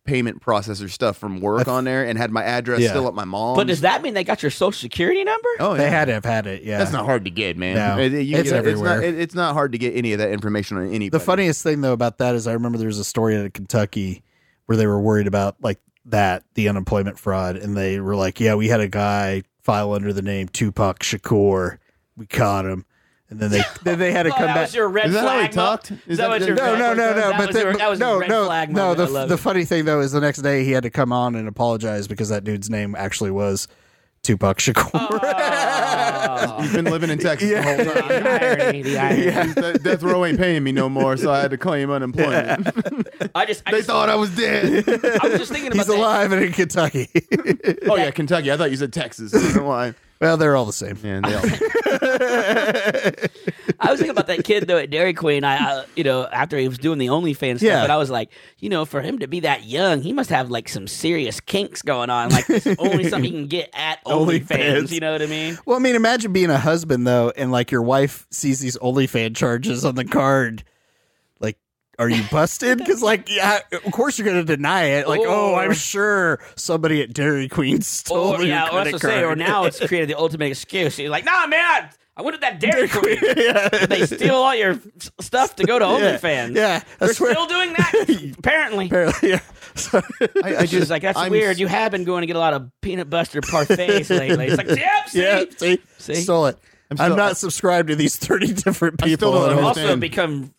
Speaker 2: payment processor stuff from work on there and had my address
Speaker 4: Yeah.
Speaker 2: still at my mom's.
Speaker 3: But does that mean they got your social security number?
Speaker 2: Oh,
Speaker 4: They
Speaker 2: yeah.
Speaker 4: had to have had it. Yeah.
Speaker 2: That's not hard to get, man.
Speaker 4: No.
Speaker 2: It- it- you-
Speaker 4: It's
Speaker 2: it's
Speaker 4: everywhere.
Speaker 2: not, it- it's not hard to get any of that information on anybody.
Speaker 4: the funniest thing though about that is I remember there was a story out of Kentucky where they were worried about like that the unemployment fraud, and they were like, "Yeah, we had a guy file under the name Tupac Shakur. We caught him." And then they then they had to
Speaker 3: Oh,
Speaker 4: come
Speaker 3: that
Speaker 4: back.
Speaker 3: was your red
Speaker 2: Is that how he
Speaker 3: flag. mo-
Speaker 2: talked?
Speaker 3: Is that
Speaker 2: Is that-
Speaker 3: what your
Speaker 4: no,
Speaker 3: red
Speaker 4: no,
Speaker 3: flag
Speaker 4: no,
Speaker 3: was?
Speaker 4: no.
Speaker 3: That
Speaker 4: But
Speaker 3: was
Speaker 4: the,
Speaker 3: your- that was
Speaker 4: no,
Speaker 3: a red
Speaker 4: no,
Speaker 3: flag
Speaker 4: no.
Speaker 3: moment.
Speaker 4: The,
Speaker 3: I love
Speaker 4: the
Speaker 3: it.
Speaker 4: funny thing though is the next day he had to come on and apologize because that dude's name actually was Tupac Shakur.
Speaker 3: Oh,
Speaker 2: You've been living in Texas the whole time.
Speaker 3: the irony, the irony.
Speaker 2: That Death row ain't paying me no more, so I had to claim unemployment.
Speaker 3: I just, I,
Speaker 2: they
Speaker 3: just
Speaker 2: thought I was dead.
Speaker 3: I was just thinking about
Speaker 4: He's
Speaker 3: that.
Speaker 4: alive and in Kentucky.
Speaker 2: oh yeah, Kentucky. I thought you said Texas. I don't know why.
Speaker 4: well, they're all the same.
Speaker 2: Man, they all-
Speaker 3: I was thinking about that kid though at Dairy Queen. I, I you know, after he was doing the OnlyFans stuff,
Speaker 4: Yeah.
Speaker 3: but I was like, you know, for him to be that young, he must have like some serious kinks going on. Like it's only something he can get at OnlyFans.
Speaker 4: OnlyFans.
Speaker 3: You know what I mean?
Speaker 4: Well, I mean, imagine being a husband though, and like your wife sees these OnlyFans charges on the card. Like, are you busted? Because like, yeah, of course you're gonna deny it. Like, oh,
Speaker 3: Or-
Speaker 4: I'm sure somebody at Dairy Queen stole
Speaker 3: Or
Speaker 4: your
Speaker 3: yeah, or
Speaker 4: credit
Speaker 3: that's what I
Speaker 4: card.
Speaker 3: say. Or now it's created the ultimate excuse. You're like, nah, man, I went to that Dairy Queen. They steal all your s- stuff to go to
Speaker 4: yeah,
Speaker 3: OnlyFans.
Speaker 4: Yeah,
Speaker 3: They're
Speaker 4: that's where.
Speaker 3: still doing that, apparently.
Speaker 4: Apparently, yeah. So-
Speaker 2: I, I
Speaker 3: She's
Speaker 2: just
Speaker 3: like, that's
Speaker 2: I'm-
Speaker 3: weird. You have been going to get a lot of peanut butter parfaits lately. It's like, yep, see?
Speaker 4: yeah, see,
Speaker 3: See?
Speaker 4: stole it. I'm,
Speaker 2: I'm still-
Speaker 4: not subscribed to these thirty different
Speaker 2: I still
Speaker 4: people.
Speaker 2: don't
Speaker 3: I've
Speaker 2: understand.
Speaker 3: also become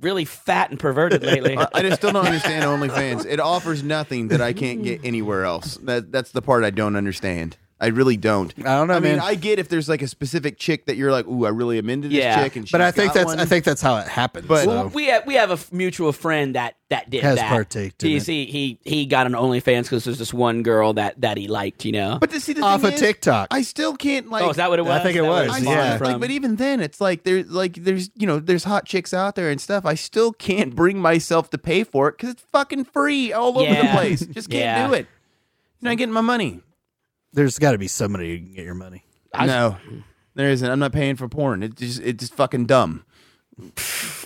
Speaker 3: really fat and perverted lately.
Speaker 2: I just still don't understand OnlyFans. It offers nothing that I can't get anywhere else. That that's the part I don't understand. I really don't.
Speaker 4: I don't know,
Speaker 2: I mean,
Speaker 4: man.
Speaker 2: I get if there's like a specific chick that you're like, ooh, I really am into this
Speaker 3: Yeah.
Speaker 2: chick, and
Speaker 4: but I
Speaker 2: she's
Speaker 4: think
Speaker 2: got
Speaker 4: that's
Speaker 2: one.
Speaker 4: I think that's how it happens.
Speaker 2: But-
Speaker 4: though.
Speaker 3: Well, Uh, we have we have a f- mutual friend that that did
Speaker 4: Has
Speaker 3: that.
Speaker 4: partaked in
Speaker 3: he,
Speaker 4: it.
Speaker 3: see, he he got an OnlyFans because there's this one girl that that he liked, you know.
Speaker 2: But to see the
Speaker 4: Off
Speaker 2: thing
Speaker 4: of
Speaker 2: is,
Speaker 4: TikTok.
Speaker 2: I still can't like.
Speaker 3: oh, is that what it was?
Speaker 4: I think
Speaker 3: Is
Speaker 4: it
Speaker 3: that what
Speaker 2: I
Speaker 4: was,
Speaker 3: spawned
Speaker 2: still-
Speaker 4: yeah.
Speaker 3: from?
Speaker 2: Like, but even then, it's like there's like there's you know there's hot chicks out there and stuff. I still can't bring myself to pay for it because it's fucking free all over the
Speaker 3: Yeah.
Speaker 2: place. Just can't
Speaker 3: Yeah.
Speaker 2: do it. You're not getting my money.
Speaker 4: There's got to be somebody who can get your money.
Speaker 3: I-
Speaker 2: no, there isn't. I'm not paying for porn. It's just it's just fucking dumb.
Speaker 3: Yeah,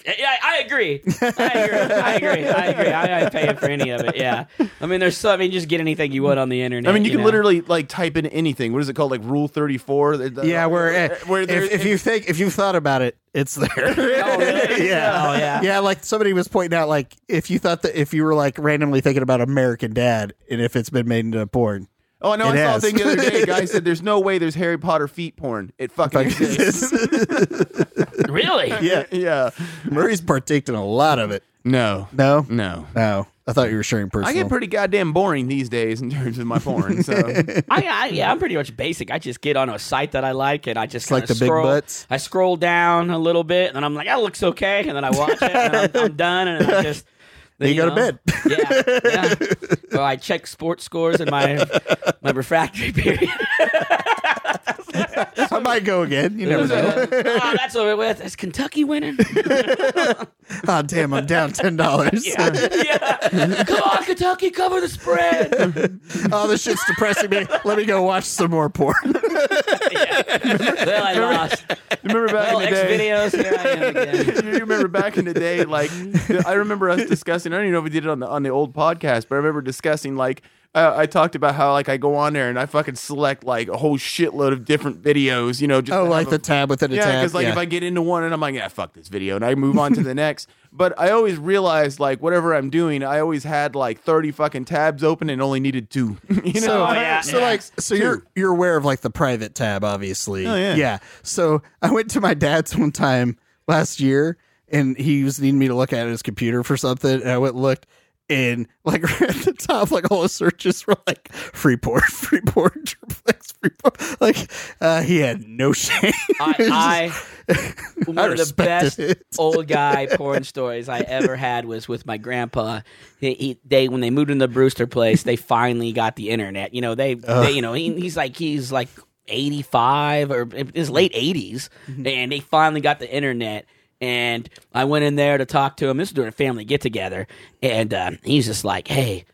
Speaker 3: I, I agree. I agree. I agree. I agree. I ain't paying for any of it. Yeah. I mean, there's so. I mean, just get anything you want on the internet.
Speaker 2: I mean, you, can
Speaker 3: know?
Speaker 2: literally like type in anything. What is it called? Like Rule uh, Thirty Four.
Speaker 4: Yeah, where, eh,
Speaker 2: where
Speaker 4: if,
Speaker 2: there-
Speaker 4: if you think if you thought about it, it's there.
Speaker 3: Oh, really?
Speaker 4: yeah.
Speaker 3: Oh, yeah.
Speaker 4: Yeah, like somebody was pointing out like if you thought that if you were like randomly thinking about American Dad and if it's been made into porn.
Speaker 2: Oh no,
Speaker 4: It
Speaker 2: I
Speaker 4: has.
Speaker 2: saw a thing the other day. A guy said, "There's no way there's Harry Potter feet porn. It fucking exists."
Speaker 3: Really?
Speaker 4: yeah.
Speaker 2: yeah.
Speaker 4: Murray's partaked in a lot of it.
Speaker 2: No.
Speaker 4: No?
Speaker 2: No.
Speaker 4: No. I thought you were sharing personal.
Speaker 2: I get pretty goddamn boring these days in terms of my porn. So
Speaker 3: I, I yeah, I'm pretty much basic. I just get on a site that I like, and I just
Speaker 4: It's like
Speaker 3: kinda
Speaker 4: the big
Speaker 3: scroll.
Speaker 4: butts.
Speaker 3: I scroll down a little bit, and then I'm like, that looks okay, and then I watch it, and I'm, I'm done, and then I just. Then
Speaker 4: you go to bed.
Speaker 3: Yeah, yeah. So I check sports scores in my my refractory period.
Speaker 4: I might go again. You never know.
Speaker 3: oh, that's over with. Is Kentucky winning?
Speaker 4: oh damn, I'm down ten dollars.
Speaker 3: Yeah, yeah. Come on, Kentucky, cover the spread.
Speaker 4: oh, this shit's depressing me. Let me go watch some more porn.
Speaker 3: well, I lost.
Speaker 2: remember back
Speaker 3: Well,
Speaker 2: in
Speaker 3: X
Speaker 2: the day.
Speaker 3: videos. Here I am again.
Speaker 2: you remember back in the day, like I remember us discussing. I don't even know if we did it on the on the old podcast, but I remember discussing like uh, I talked about how like I go on there and I fucking select like a whole shitload of different videos, you know, just
Speaker 4: Oh,
Speaker 2: to
Speaker 4: like
Speaker 2: have a-
Speaker 4: the tab within a
Speaker 2: yeah,
Speaker 4: tab.
Speaker 2: because like if I get into one and I'm like, yeah, fuck this video, and I move on to the next. But I always realized like whatever I'm doing, I always had like 30 fucking tabs open and only needed two. you know,
Speaker 4: so,
Speaker 3: Oh, yeah.
Speaker 4: so
Speaker 3: Yeah.
Speaker 4: like so you're you're aware of like the private tab obviously
Speaker 2: Oh, yeah.
Speaker 4: so i went to my dad's one time last year and he was needing me to look at his computer for something and i went and looked and like right at the top like all the searches were like free porn free porn triplex free pub. Like uh, he had no shame.
Speaker 3: I, I one
Speaker 4: I
Speaker 3: of the
Speaker 4: respected
Speaker 3: best
Speaker 4: it.
Speaker 3: old guy porn stories I ever had was with my grandpa. He, he, they when they moved into the Brewster place, they finally got the internet. You know they, they you know he, he's like he's like eighty five or his late 80s
Speaker 4: Mm-hmm.
Speaker 3: and they finally got the internet. And I went in there to talk to him. This was during a family get together, and uh, he's just like, "Hey,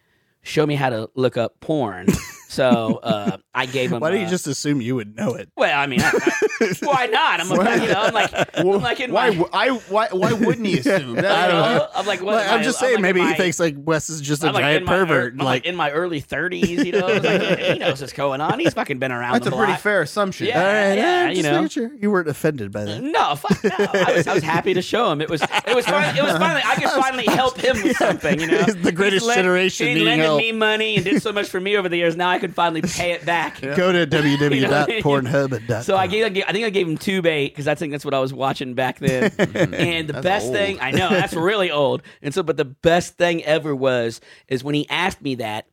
Speaker 3: show me how to look up porn." so uh, I gave him.
Speaker 4: Why do you
Speaker 3: uh,
Speaker 4: just assume you would know it?
Speaker 3: well, I mean, I, I, why not? I'm like, you know, I'm like, I'm like in
Speaker 2: Why?
Speaker 3: my,
Speaker 2: w- I why why wouldn't he assume? That-
Speaker 3: I don't know. I'm like, what,
Speaker 4: Like,
Speaker 3: am
Speaker 4: I'm
Speaker 3: I-
Speaker 4: just saying,
Speaker 3: like
Speaker 4: maybe
Speaker 3: in
Speaker 4: he
Speaker 3: my-
Speaker 4: thinks like Wes is just a
Speaker 3: I'm like
Speaker 4: giant
Speaker 3: in my ear-
Speaker 4: pervert.
Speaker 3: I'm
Speaker 4: like,
Speaker 3: in my early 30s, you know, It's like, yeah, he knows what's going on. He's fucking been around.
Speaker 2: That's
Speaker 3: the
Speaker 2: a pretty
Speaker 3: block.
Speaker 2: fair assumption.
Speaker 3: Yeah.
Speaker 4: "Alright,
Speaker 3: yeah,
Speaker 4: I'm
Speaker 3: you
Speaker 4: just
Speaker 3: know."
Speaker 4: making sure you weren't offended by that.
Speaker 3: No, fuck no. I was, I was happy to show him. It was it was finally, it was finally I could finally help him with something. You know,
Speaker 4: It's the greatest
Speaker 3: He's lent-
Speaker 4: generation
Speaker 3: He
Speaker 4: needing
Speaker 3: lended
Speaker 4: help.
Speaker 3: me money and did so much for me over the years. Now I could finally pay it back.
Speaker 4: Go to
Speaker 3: You know what I mean?
Speaker 4: www.pornhub.com.
Speaker 3: So I gave, I gave- I think I gave him two bait because I think that's what I was watching back then. and the best
Speaker 2: old.
Speaker 3: thing I know that's really old. And so, but the best thing ever was is when he asked me that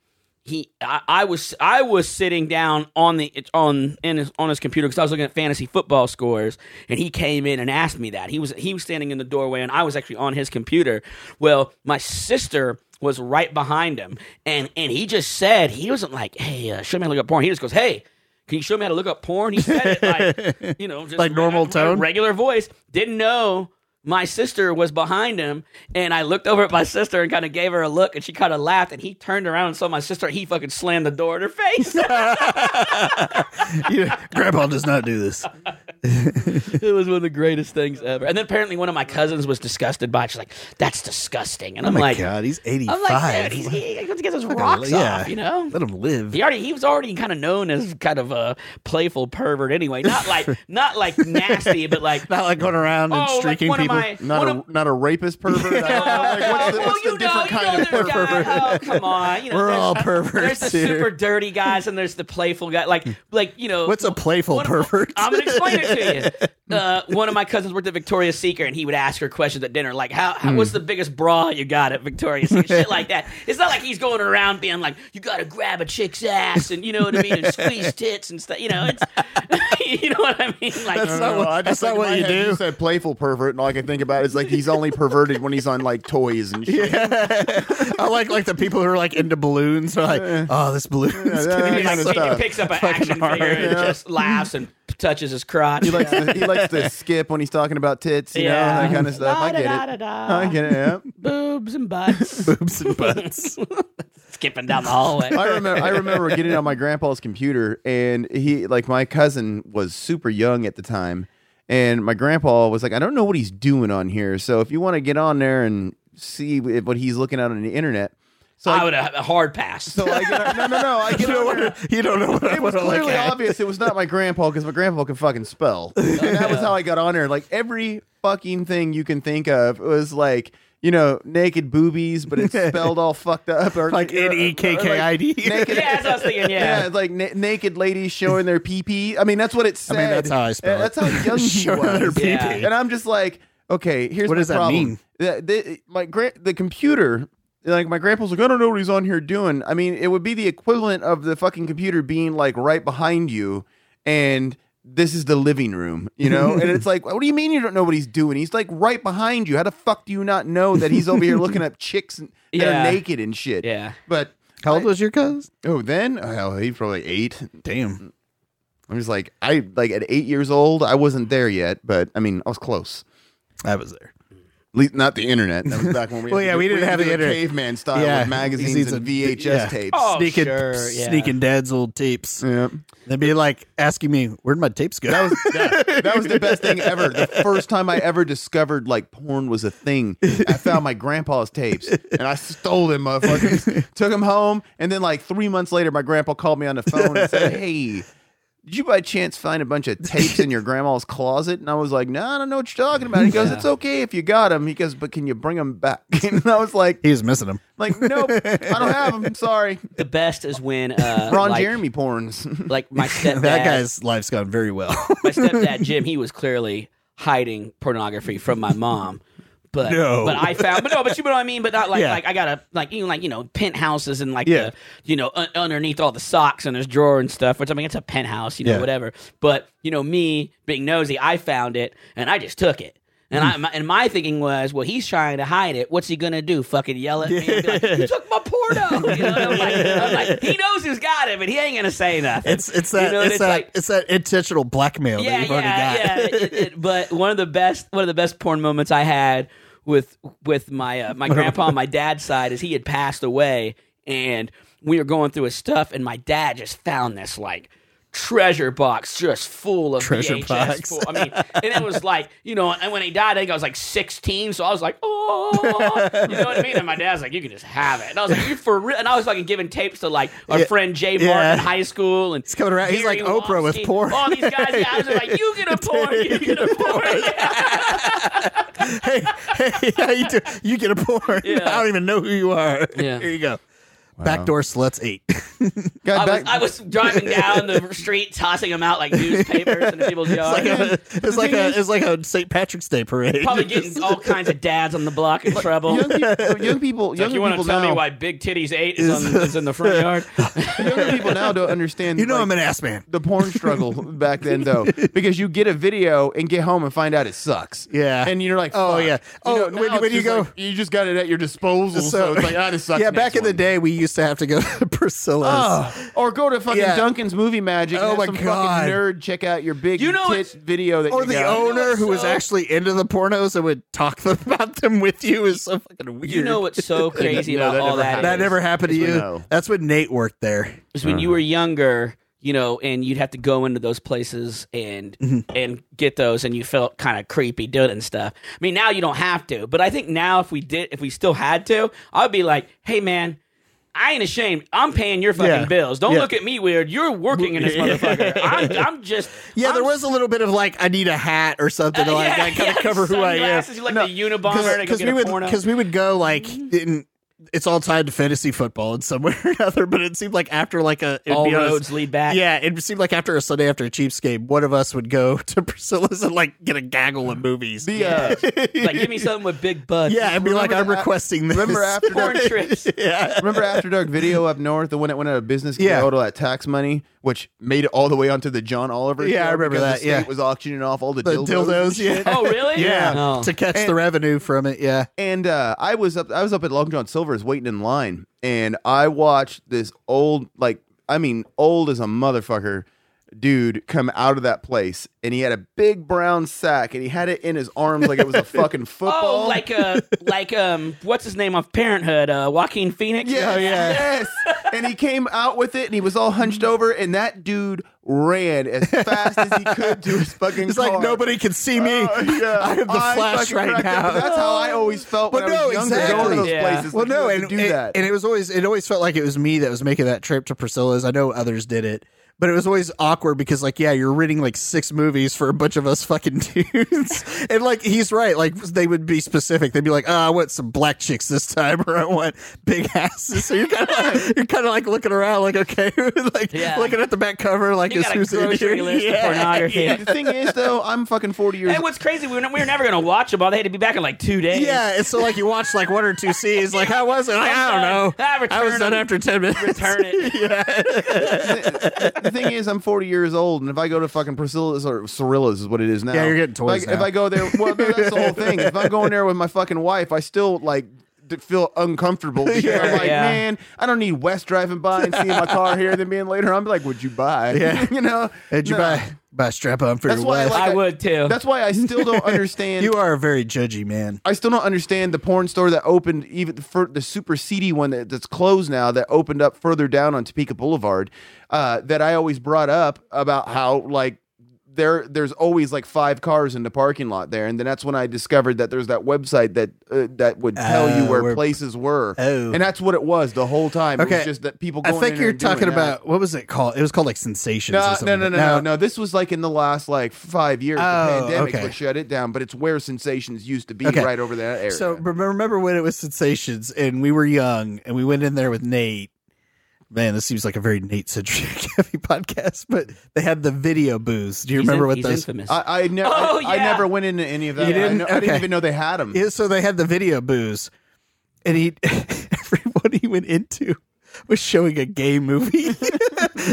Speaker 3: he I, I was I was sitting down on the it's on in his, on his computer because I was looking at fantasy football scores and he came in and asked me that he was he was standing in the doorway and I was actually on his computer. Well, my sister was right behind him and and he just said he wasn't like hey uh, show me how to look up porn. He just goes hey. Can you show me how to look up porn? He said it like, you know, just
Speaker 4: Like normal
Speaker 3: reg-
Speaker 4: tone?
Speaker 3: regular voice. Didn't know my sister was behind him, and I looked over at my sister and kind of gave her a look, and she kind of laughed, and he turned around and saw my sister. and He fucking slammed the door in her face.
Speaker 4: Yeah, Grandpa does not do this.
Speaker 3: it was one of the greatest things ever. And then apparently one of my cousins was disgusted by it. She's like, "That's disgusting," and I'm
Speaker 4: Oh My
Speaker 3: like,
Speaker 4: God, he's 85.
Speaker 3: "I'm like, dude, he's, he, he gets his rocks
Speaker 4: yeah.
Speaker 3: off, you know."
Speaker 4: Let him live.
Speaker 3: He already he was already kind of known as kind of a playful pervert anyway. Not like not like nasty, but like
Speaker 4: Not like going around and
Speaker 3: oh, like
Speaker 4: streaking
Speaker 3: one
Speaker 4: people.
Speaker 3: of my
Speaker 2: Not
Speaker 3: one
Speaker 2: a
Speaker 3: of,
Speaker 2: not a rapist pervert. I don't know. Like, what's the,
Speaker 3: Well,
Speaker 2: what's the
Speaker 3: you
Speaker 2: different
Speaker 3: know, you
Speaker 2: kind
Speaker 3: know
Speaker 2: of
Speaker 3: there's
Speaker 2: pervert?
Speaker 3: guy- Oh, come on. You know,
Speaker 4: We're
Speaker 3: there's-
Speaker 4: all
Speaker 3: There's
Speaker 4: perverts
Speaker 3: the
Speaker 4: here.
Speaker 3: super dirty guys and there's the playful guy. Like, like you know.
Speaker 4: What's a playful
Speaker 3: one of-
Speaker 4: pervert?
Speaker 3: I'm going to explain it to you. Uh, one of my cousins worked at Victoria's Secret and he would ask her questions at dinner, like, how, how what's the biggest bra you got at Victoria's Secret? Shit like that. It's not like he's going around being like, you got to grab a chick's ass and you know what I mean? And squeeze tits and stuff. You know, it's, you know what I mean? Like,
Speaker 4: That's not what-
Speaker 2: I just
Speaker 4: that's
Speaker 2: think
Speaker 4: not
Speaker 2: in
Speaker 4: what
Speaker 2: my
Speaker 4: you
Speaker 2: head
Speaker 4: do.
Speaker 2: You said playful pervert, and all I can think about is like he's only perverted when he's on like toys and shit.
Speaker 4: I like like the people who are like into balloons. Are like, oh, this balloon. is
Speaker 2: Yeah,
Speaker 4: gonna
Speaker 2: that
Speaker 4: be
Speaker 3: Like,
Speaker 2: kind of
Speaker 4: so-"
Speaker 3: he
Speaker 2: stuff.
Speaker 3: picks up an action figure and just laughs and touches his crotch.
Speaker 2: He likes to, he likes to skip when he's talking about tits, you know, that kind of stuff. I get it. I
Speaker 3: Da-da-da-da-da.
Speaker 2: get it. Yeah.
Speaker 3: Boobs and butts.
Speaker 4: boobs and butts.
Speaker 3: Skipping down the hallway.
Speaker 2: I remember I remember getting on my grandpa's computer and he like my cousin was super young at the time and my grandpa was like I don't know what he's doing on here so if you want to get on there and see wh- what he's looking at on the internet so
Speaker 3: I
Speaker 2: I,
Speaker 3: would have a hard pass.
Speaker 2: so I get, no no no I
Speaker 4: you,
Speaker 2: get
Speaker 4: don't
Speaker 2: on there.
Speaker 4: wanna, you don't know what I
Speaker 2: It was
Speaker 4: want to look
Speaker 2: clearly
Speaker 4: at.
Speaker 2: obvious it was not my grandpa because my grandpa can fucking spell. And that was how I got on there. Like every fucking thing you can think of was like, you know, naked boobies, but it's spelled all fucked up. Or,
Speaker 4: Like
Speaker 3: uh,
Speaker 2: or- or,
Speaker 4: N E K K I
Speaker 2: like,
Speaker 4: D.
Speaker 2: naked-
Speaker 3: yeah, that's what I was thinking.
Speaker 2: yeah,
Speaker 3: Yeah.
Speaker 2: it's like na- naked ladies showing their pee pee. I mean, that's what it said.
Speaker 4: that's how I spell
Speaker 2: And
Speaker 4: it.
Speaker 2: That's how young he
Speaker 4: Showing
Speaker 2: was.
Speaker 4: their
Speaker 3: Yeah.
Speaker 4: pee-pee.
Speaker 2: And I'm just like, okay, here's
Speaker 4: What
Speaker 2: my
Speaker 4: does that
Speaker 2: problem.
Speaker 4: mean?
Speaker 2: The, the- my gra- the computer, like my grandpa's like, I don't know what he's on here doing. I mean, it would be the equivalent of the fucking computer being like right behind you, and this is the living room, you know. and it's like, what do you mean you don't know what he's doing? He's like right behind you. How the fuck do you not know that he's over here looking up chicks and, that
Speaker 3: Yeah.
Speaker 2: are naked and shit?
Speaker 3: Yeah.
Speaker 2: But
Speaker 4: How old was your cousin?
Speaker 2: oh, then oh, he's probably eight.
Speaker 4: Damn.
Speaker 2: I'm just like I like at eight years old. I wasn't there yet, but I mean, I was close.
Speaker 4: I was there.
Speaker 2: Le- not the internet. That was back when we.
Speaker 4: Well,
Speaker 2: had
Speaker 4: yeah,
Speaker 2: to do-
Speaker 4: we didn't
Speaker 2: had
Speaker 4: have
Speaker 2: to
Speaker 4: the
Speaker 2: do
Speaker 4: internet.
Speaker 2: caveman style
Speaker 4: Yeah.
Speaker 2: with magazines
Speaker 4: These
Speaker 2: and
Speaker 4: are-
Speaker 2: VHS
Speaker 4: yeah.
Speaker 2: tapes.
Speaker 3: Oh,
Speaker 4: sneaking,
Speaker 3: sure, yeah.
Speaker 4: sneaking dad's old tapes.
Speaker 2: Yeah.
Speaker 4: They'd be like asking me, "Where'd my tapes go?"
Speaker 2: That was that, that was the best thing ever. The first time I ever discovered like porn was a thing, I found my grandpa's tapes and I stole them, motherfuckers. Took them home, and then like three months later, my grandpa called me on the phone and said, "Hey." Did you by chance find a bunch of tapes in your grandma's closet? And I was like, No, I don't know what you're talking about. He goes, It's okay if you got them. He goes, But can you bring them back? And I was like,
Speaker 4: he was missing them.
Speaker 2: Like, nope, I don't have them. Sorry.
Speaker 3: The best is when uh,
Speaker 2: Ron
Speaker 3: like,
Speaker 2: Jeremy porns.
Speaker 3: like my stepdad.
Speaker 4: That guy's life's gone very well.
Speaker 3: my stepdad Jim. He was clearly hiding pornography from my mom. But
Speaker 5: No.
Speaker 3: but I found but no, but you know what I mean. But not like
Speaker 4: Yeah.
Speaker 3: like I gotta like even like you know penthouses and like
Speaker 2: Yeah.
Speaker 3: the, you know un- underneath all the socks and there's drawer and stuff. Which I mean, it's a penthouse, you know,
Speaker 4: Yeah.
Speaker 3: whatever. But you know, me being nosy, I found it and I just took it. And
Speaker 4: Hmm.
Speaker 3: I my, and my thinking was, well, he's trying to hide it. What's he gonna do? Fucking yell at me? And be like, you took my porno. You know? I'm like, I'm like, he knows who's got it, but he ain't gonna say nothing.
Speaker 4: It's it's
Speaker 3: You
Speaker 4: that
Speaker 3: know, and
Speaker 4: it's,
Speaker 3: it's
Speaker 4: that
Speaker 3: like-
Speaker 4: it's that intentional blackmail that you've already got.
Speaker 3: yeah. It- it- but one of the best one of the best porn moments I had with with my uh, my grandpa on my dad's side is he had passed away and we were going through his stuff and my dad just found this like treasure box just full of
Speaker 4: Treasure
Speaker 3: VHS
Speaker 4: box.
Speaker 3: full- I mean and it was like you know and when he died I think I was like 16 so I was like oh you know what I mean and my dad's like you can just have it and I was like you for real and I was fucking giving tapes to like our
Speaker 4: Yeah.
Speaker 3: friend Jay Martin
Speaker 4: Yeah.
Speaker 3: in high school and
Speaker 4: He's coming around. He's like Oprah with porn.
Speaker 3: all these guys, yeah, I was like, you get a porn, you get a porn.
Speaker 4: hey, hey, how you do? You get a porn.
Speaker 3: Yeah.
Speaker 4: I don't even know who you are.
Speaker 3: Yeah.
Speaker 4: Here you go. Backdoor sluts eight.
Speaker 2: God,
Speaker 3: I was,
Speaker 2: back-
Speaker 3: I was driving down the street, tossing them out like newspapers into people's yards.
Speaker 4: it's like a it's like a St. Patrick's Day parade.
Speaker 3: Probably getting all kinds of dads on the block in trouble.
Speaker 2: young people, young people,
Speaker 3: Like,
Speaker 2: younger
Speaker 3: you want
Speaker 2: people
Speaker 3: to tell
Speaker 2: now,
Speaker 3: me why Big Titties 8 is, on, is in the front yard?
Speaker 2: younger people now don't understand.
Speaker 4: you know
Speaker 2: like,
Speaker 4: I'm an ass man.
Speaker 2: the porn struggle back then though because you get a video and get home and find out it sucks
Speaker 4: Yeah.
Speaker 2: and you're like
Speaker 4: Oh,
Speaker 2: fuck.
Speaker 4: yeah.
Speaker 2: You
Speaker 4: Oh,
Speaker 2: know,
Speaker 4: when-
Speaker 2: now it's
Speaker 4: when you
Speaker 2: just
Speaker 4: go-
Speaker 2: like, you just got it at your disposal so, it's like ah, this sucks
Speaker 4: yeah,
Speaker 2: next
Speaker 4: back in the
Speaker 2: one.
Speaker 4: day we used to have to go to Priscilla's.
Speaker 2: Ugh.
Speaker 3: Oh.
Speaker 2: or go to fucking
Speaker 4: Yeah.
Speaker 2: Duncan's Movie Magic. And
Speaker 4: Oh,
Speaker 2: have
Speaker 4: my
Speaker 2: some
Speaker 4: God.
Speaker 2: fucking nerd check out your big
Speaker 3: You know
Speaker 2: tit
Speaker 3: it's-
Speaker 2: video that
Speaker 4: Or
Speaker 2: you
Speaker 4: the
Speaker 2: got.
Speaker 4: owner who was
Speaker 3: so-
Speaker 4: actually into the pornos and would talk them about them with you is so fucking weird.
Speaker 3: You know what's so crazy
Speaker 2: No,
Speaker 3: about
Speaker 2: that
Speaker 3: all
Speaker 2: never
Speaker 3: that?
Speaker 2: happened.
Speaker 4: that
Speaker 3: is-
Speaker 4: never happened to
Speaker 2: Yes, we
Speaker 4: you.
Speaker 2: know.
Speaker 4: That's when Nate worked there.
Speaker 3: is when you were younger, you know, and you'd have to go into those places and
Speaker 4: Mm-hmm.
Speaker 3: and get those, and you felt kind of creepy doing it and stuff. I mean, now you don't have to, but I think now if we did, if we still had to, I'd be like, hey, man. I ain't ashamed. I'm paying your fucking
Speaker 4: Yeah.
Speaker 3: bills. Don't
Speaker 4: Yeah.
Speaker 3: look at me weird. You're working in this motherfucker. I'm, I'm just
Speaker 4: Yeah,
Speaker 3: I'm Uh,
Speaker 4: there was a little bit of like, I need a hat or something to like that kind of cover who I am.
Speaker 3: Sunglasses, You like the Unabomber to go
Speaker 4: Because
Speaker 3: get
Speaker 4: we
Speaker 3: a
Speaker 4: would,
Speaker 3: porno. Mm-hmm.
Speaker 4: because we would go like in. It's all tied to fantasy football in some way or another, but it seemed like after like a it'd
Speaker 3: all
Speaker 4: be on a-
Speaker 3: roads lead back.
Speaker 4: yeah, it seemed like after a Sunday after a Chiefs game, one of us would go to Priscilla's and like get a gaggle of movies.
Speaker 2: The, uh,
Speaker 3: like give me something with big butts.
Speaker 4: yeah, and be like, I'm
Speaker 2: Remember the-
Speaker 4: requesting this.
Speaker 2: remember after
Speaker 3: porn
Speaker 2: dark,
Speaker 3: trips.
Speaker 4: yeah,
Speaker 2: remember after dark video up north the one that went out of business
Speaker 4: Yeah.
Speaker 2: yeah all that tax money which made it all the way onto the John Oliver
Speaker 4: Yeah,
Speaker 2: show
Speaker 4: I remember
Speaker 2: because
Speaker 4: that,
Speaker 2: the state
Speaker 4: yeah.
Speaker 2: was auctioning off all the,
Speaker 4: the
Speaker 2: dildos,
Speaker 4: dildos.
Speaker 2: and
Speaker 4: yeah,
Speaker 2: shit.
Speaker 3: Oh really?
Speaker 4: yeah,
Speaker 3: No.
Speaker 4: to catch the revenue from it. Yeah,
Speaker 2: and uh, I was up. I was up at Long John Silver's waiting in line, and I watched this old, like I mean, old as a motherfucker dude come out of that place, and he had a big brown sack, and he had it in his arms like it was a fucking football.
Speaker 3: Oh, like uh, like um, what's his name of Parenthood? Uh, Joaquin Phoenix.
Speaker 2: yeah,
Speaker 4: oh, yeah. Mm.
Speaker 2: yes. and he came out with it, and he was all hunched over, and that dude ran as fast as he could to his fucking.
Speaker 4: it's like
Speaker 2: car.
Speaker 4: nobody can see me.
Speaker 2: Oh, yeah.
Speaker 4: I have the
Speaker 2: I
Speaker 4: flash
Speaker 2: fucking
Speaker 4: right
Speaker 2: cracked up,
Speaker 4: now.
Speaker 2: but That's how I always felt when
Speaker 4: But
Speaker 2: I
Speaker 4: no,
Speaker 2: was younger, going
Speaker 4: exactly.
Speaker 2: to those
Speaker 3: Yeah.
Speaker 2: places.
Speaker 4: Well,
Speaker 2: like, you
Speaker 4: no,
Speaker 2: had
Speaker 4: and
Speaker 2: to do
Speaker 4: and-
Speaker 2: that.
Speaker 4: and it was always it always felt like it was me that was making that trip to Priscilla's. I know others did it, but it was always awkward because like yeah, you're renting like six movies for a bunch of us fucking dudes, and like he's right, like they would be specific. They'd be like, oh, I want some black chicks this time, or I want big asses. So you're kind of like, you're kind of like looking around, like okay, like
Speaker 3: Yeah.
Speaker 4: looking at the back cover, like
Speaker 3: You
Speaker 4: is
Speaker 3: got a
Speaker 4: who's in
Speaker 3: grocery
Speaker 4: here.
Speaker 3: list of pornography.
Speaker 2: the thing is, though, I'm fucking 40 years
Speaker 3: And what's crazy, we were, we were never going to watch them all. They had to be back in like two days.
Speaker 4: Yeah, and so like you watch like one or two scenes, like how was it? Like, I don't know.
Speaker 3: Ah,
Speaker 4: I was
Speaker 3: return
Speaker 4: done
Speaker 3: them.
Speaker 4: after ten minutes.
Speaker 3: Turn it.
Speaker 2: the thing is, I'm 40 years old, and if I go to fucking Priscilla's or Cirilla's is what it is now.
Speaker 4: Yeah, you're getting toys
Speaker 2: Like,
Speaker 4: now.
Speaker 2: If I go there, well, no, that's the whole thing. If I'm going there with my fucking wife, I still like d- feel uncomfortable because I'm like,
Speaker 3: Yeah.
Speaker 2: man, I don't need Wes driving by and seeing my car here, then being later, I'm like, would you buy?
Speaker 4: Yeah.
Speaker 2: you know,
Speaker 4: Did you
Speaker 2: No.
Speaker 4: buy buy a strap on for
Speaker 2: That's
Speaker 4: your
Speaker 2: why I
Speaker 4: wife?
Speaker 2: like-
Speaker 3: I would too.
Speaker 2: That's why I still don't understand.
Speaker 4: you are a very judgy man.
Speaker 2: I still don't understand the porn store that opened even for the super seedy one that, that's closed now that opened up further down on Topeka Boulevard uh, that I always brought up about how like there there's always like five cars in the parking lot there and then that's when I discovered that there's that website that uh, that would tell you
Speaker 4: Oh,
Speaker 2: where,
Speaker 4: where-
Speaker 2: places were
Speaker 4: Oh.
Speaker 2: and that's what it was the whole time it
Speaker 4: Okay.
Speaker 2: was just that people
Speaker 4: I
Speaker 2: going
Speaker 4: think
Speaker 2: in there
Speaker 4: you're
Speaker 2: and doing
Speaker 4: talking
Speaker 2: that.
Speaker 4: about what was it called? It was called like sensations. or
Speaker 2: no,
Speaker 4: something.
Speaker 2: no, no, no, no, no. This was like in the last like five years.
Speaker 4: Oh,
Speaker 2: the pandemic
Speaker 4: okay.
Speaker 2: would shut it down, but it's where Sensations used to be,
Speaker 4: Okay.
Speaker 2: right over that area.
Speaker 4: So remember remember when it was sensations and we were young and we went in there with Nate man, this seems like a very Nate centric heavy podcast, but they had the video booths. Do you remember what
Speaker 3: he's
Speaker 4: those?
Speaker 3: infamous.
Speaker 2: I I, ne- I-
Speaker 3: Oh,
Speaker 2: I
Speaker 3: yeah.
Speaker 2: never went into any of that.
Speaker 4: You
Speaker 2: I,
Speaker 4: didn't?
Speaker 2: kno- I didn't
Speaker 4: Okay.
Speaker 2: even know they had them.
Speaker 4: Yeah, so they had the video booths, and he everyone he went into was showing a gay movie.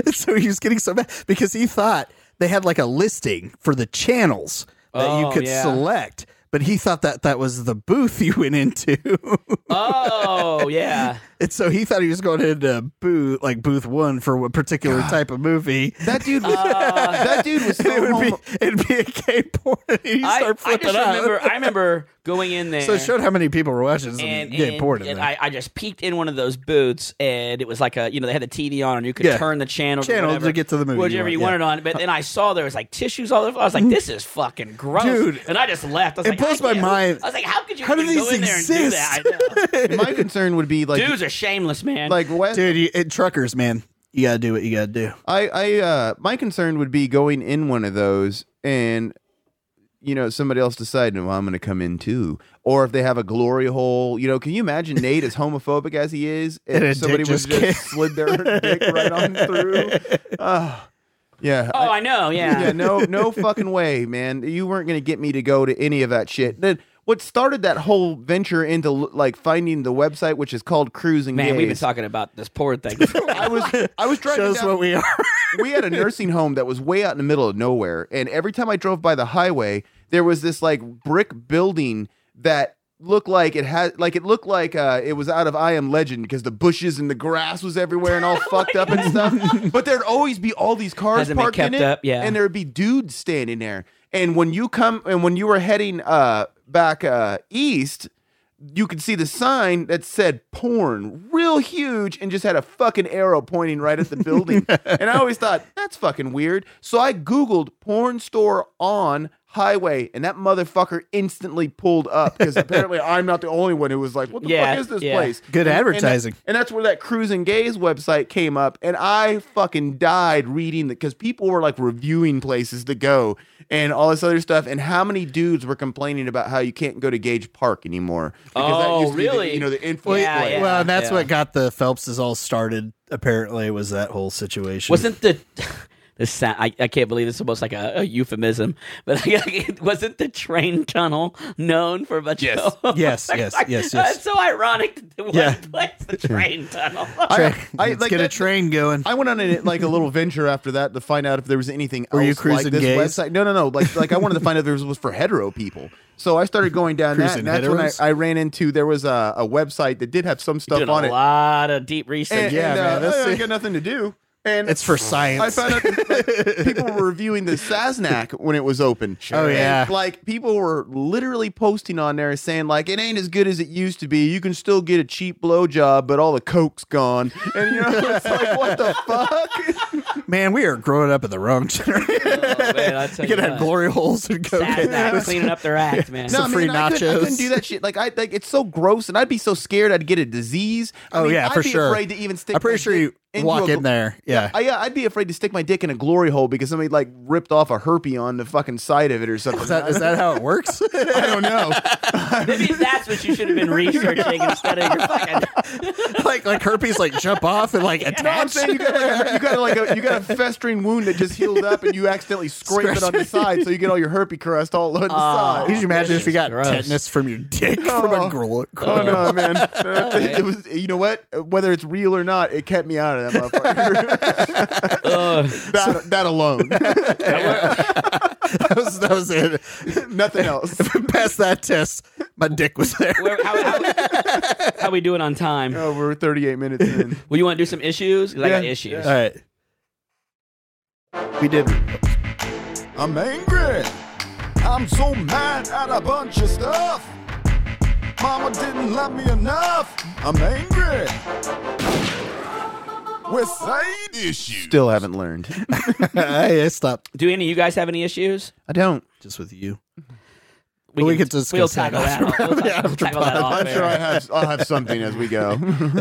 Speaker 4: And so he was getting so mad because he thought they had like a listing for the channels that
Speaker 3: Oh,
Speaker 4: you could
Speaker 3: yeah.
Speaker 4: select, but he thought that that was the booth you went into.
Speaker 3: oh yeah.
Speaker 4: and so he thought he was going into booth like booth 1 for a particular type of movie.
Speaker 2: that dude was that dude was
Speaker 4: And
Speaker 2: so
Speaker 4: it would
Speaker 2: homo-
Speaker 4: be it'd be a gay porn. And he'd
Speaker 3: I,
Speaker 4: start
Speaker 3: I
Speaker 4: flipping
Speaker 3: just
Speaker 4: out.
Speaker 3: remember. I remember going in there.
Speaker 4: so it showed how many people were watching some
Speaker 3: and,
Speaker 4: gay
Speaker 3: and-
Speaker 4: porn in
Speaker 3: and
Speaker 4: there.
Speaker 3: I, I just peeked in one of those booths, and it was like a you know they had the TV on, and you could
Speaker 4: Yeah.
Speaker 3: turn the channel
Speaker 4: Channel to
Speaker 3: to, whatever-
Speaker 4: get to the movie you
Speaker 3: whichever you,
Speaker 4: want, yeah. Mm.
Speaker 3: wanted on. But then I saw there was like tissues all over. I was like, this is fucking gross,
Speaker 4: Dude.
Speaker 3: And I just left. I was
Speaker 4: It
Speaker 3: like,
Speaker 4: blows
Speaker 3: I
Speaker 4: my
Speaker 3: can't-
Speaker 4: mind.
Speaker 3: I was like, how could you?
Speaker 4: How do
Speaker 3: even go
Speaker 4: these
Speaker 3: in There and do that? I know.
Speaker 2: My concern would be like
Speaker 3: Dudes are shameless, man.
Speaker 2: like Wes,
Speaker 4: dude. You, it, truckers, man, you gotta do what you gotta do.
Speaker 2: I, I, uh, my concern would be going in one of those and, you know, somebody else deciding, well, I'm going to come in too. Or if they have a glory hole, you know, can you imagine Nate as homophobic as he is? If
Speaker 4: And a dick
Speaker 2: somebody would
Speaker 4: just
Speaker 2: just
Speaker 4: came-
Speaker 2: slid their dick right on through. Ah, yeah.
Speaker 3: oh, I know. Yeah.
Speaker 2: yeah, no, no fucking way, man. You weren't gonna get me to go to any of that shit. Then what started that whole venture into like finding the website, which is called Cruising
Speaker 3: Man, we've been
Speaker 2: Gays.
Speaker 3: talking about this porn thing. for a while.
Speaker 2: I was, I was driving
Speaker 4: Shows
Speaker 2: down-
Speaker 4: what we are.
Speaker 2: we had a nursing home that was way out in the middle of nowhere and every time i drove by the highway there was this like brick building that looked like it had like it looked like uh it was out of i am legend because the bushes and the grass was everywhere and all fucked up and stuff but there'd always be all these cars
Speaker 3: Hasn't been
Speaker 2: parked in
Speaker 3: kept
Speaker 2: it
Speaker 3: up, yeah.
Speaker 2: and there'd be dudes standing there and when you come and when you were heading uh back uh east you could see the sign that said porn real huge and just had a fucking arrow pointing right at the building. and I always thought, that's fucking weird. So I Googled porn store on highway and that motherfucker instantly pulled up because apparently I'm not the only one who was like, what the
Speaker 3: Yeah,
Speaker 2: fuck is this
Speaker 3: yeah.
Speaker 2: place? And- and
Speaker 4: Good
Speaker 2: that-
Speaker 4: advertising.
Speaker 2: And, that's where that Cruise and Gaze website came up. And I fucking died reading that because people were like reviewing places to go and all this other stuff. And how many dudes were complaining about how you can't go to Gage Park anymore?
Speaker 3: Oh,
Speaker 2: to be the-
Speaker 3: really?
Speaker 2: you know, the
Speaker 3: Well,
Speaker 2: influence.
Speaker 3: yeah,
Speaker 2: place.
Speaker 3: yeah.
Speaker 4: well, and that's
Speaker 3: yeah.
Speaker 4: what got the Phelpses all started. Apparently, was that whole situation.
Speaker 3: Wasn't the this sound, I, I can't believe it's almost like a, a euphemism, but like, it wasn't the train tunnel known for a bunch
Speaker 1: Yes.
Speaker 3: of
Speaker 4: Yes, yes, yes, yes.
Speaker 3: It's so ironic that the one
Speaker 4: Yeah.
Speaker 3: place the train tunnel.
Speaker 2: I- I-
Speaker 4: Let's
Speaker 2: like
Speaker 4: get a
Speaker 2: that-
Speaker 4: train going.
Speaker 2: I went on a, like a little venture after that to find out if there was anything
Speaker 4: Were
Speaker 2: else
Speaker 4: you
Speaker 2: like
Speaker 4: cruising
Speaker 2: this
Speaker 4: gays?
Speaker 2: website. No, no, no. Like, like I wanted to find out if there was for hetero people. So I started going down that,
Speaker 4: Cruising
Speaker 2: and that's when I,
Speaker 4: heteros?
Speaker 2: I ran into there was a, a website that did have some stuff
Speaker 3: Doing
Speaker 2: on
Speaker 3: a
Speaker 2: it.
Speaker 3: lot of deep research.
Speaker 2: And,
Speaker 4: Yeah,
Speaker 2: and, uh,
Speaker 4: man, that's-
Speaker 2: I got nothing to do. And
Speaker 4: it's for
Speaker 2: I
Speaker 4: science.
Speaker 2: found out that, like, people were reviewing the Sasnak when it was open.
Speaker 4: Oh, yeah.
Speaker 2: And, like people were literally posting on there saying like it ain't as good as it used to be. You can still get a cheap blowjob, but all the coke's gone. And you know, it's like what the fuck?
Speaker 4: Man, we are growing up in the wrong generation.
Speaker 3: Oh, man, I'll tell
Speaker 4: we could
Speaker 3: you
Speaker 4: have
Speaker 3: what.
Speaker 4: glory holes and
Speaker 3: Sad
Speaker 4: cocaine.
Speaker 3: that we're cleaning up their act, man.
Speaker 4: No, Some free
Speaker 2: I couldn't, I
Speaker 4: nachos.
Speaker 2: couldn't do that shit. Like I like it's so gross, and I'd be so scared I'd get a disease. I
Speaker 4: Oh
Speaker 2: mean,
Speaker 4: yeah,
Speaker 2: I'd
Speaker 4: for
Speaker 2: be
Speaker 4: sure.
Speaker 2: Afraid to even stick.
Speaker 4: I'm pretty
Speaker 2: my
Speaker 4: sure
Speaker 2: dick
Speaker 4: you
Speaker 2: into
Speaker 4: walk
Speaker 2: a
Speaker 4: in
Speaker 2: gl-
Speaker 4: there. Yeah.
Speaker 2: I, yeah, I'd be afraid to stick my dick in a glory hole because somebody like ripped off a herpy on the fucking side of it or something.
Speaker 4: is that is that how it works?
Speaker 2: I don't know.
Speaker 3: Maybe that's what you should have been researching and studying. Your fucking,
Speaker 4: like like herpes like jump off and like
Speaker 2: No, I'm
Speaker 4: attach.
Speaker 2: saying you got like a, you got like a you got a festering wound that just healed up, and you accidentally scrape it on the side, so you get all your herpy crust all on the
Speaker 4: Could you
Speaker 2: side.
Speaker 4: imagine if you got
Speaker 3: Gross.
Speaker 4: tetanus from your dick from a gro-
Speaker 2: Oh no, man! it was you know what? Whether it's real or not, it kept me out of that motherfucker.
Speaker 3: Ugh.
Speaker 2: that, that alone,
Speaker 4: that was that was it.
Speaker 2: nothing else.
Speaker 4: If I passed that test, my dick was there.
Speaker 3: Where- how, how- how we doing on time?
Speaker 2: Oh, we're 38 minutes in.
Speaker 3: Well, you want to do some issues? 'Cause I got
Speaker 2: Yeah.
Speaker 3: issues.
Speaker 4: All right. We did.
Speaker 5: I'm angry. I'm so mad at a bunch of stuff. Mama didn't love me enough. I'm angry. With side issues.
Speaker 2: Still haven't learned.
Speaker 4: I I stopped
Speaker 3: Do any of you guys have any issues?
Speaker 2: I don't.
Speaker 4: just with you.
Speaker 3: We,
Speaker 4: Well, we could discuss
Speaker 3: we'll
Speaker 4: that
Speaker 3: tackle that.
Speaker 4: after-
Speaker 3: We'll, ta- we'll
Speaker 4: after
Speaker 3: tackle that off
Speaker 2: I'm
Speaker 3: air.
Speaker 2: sure I have. I'll have something as we go.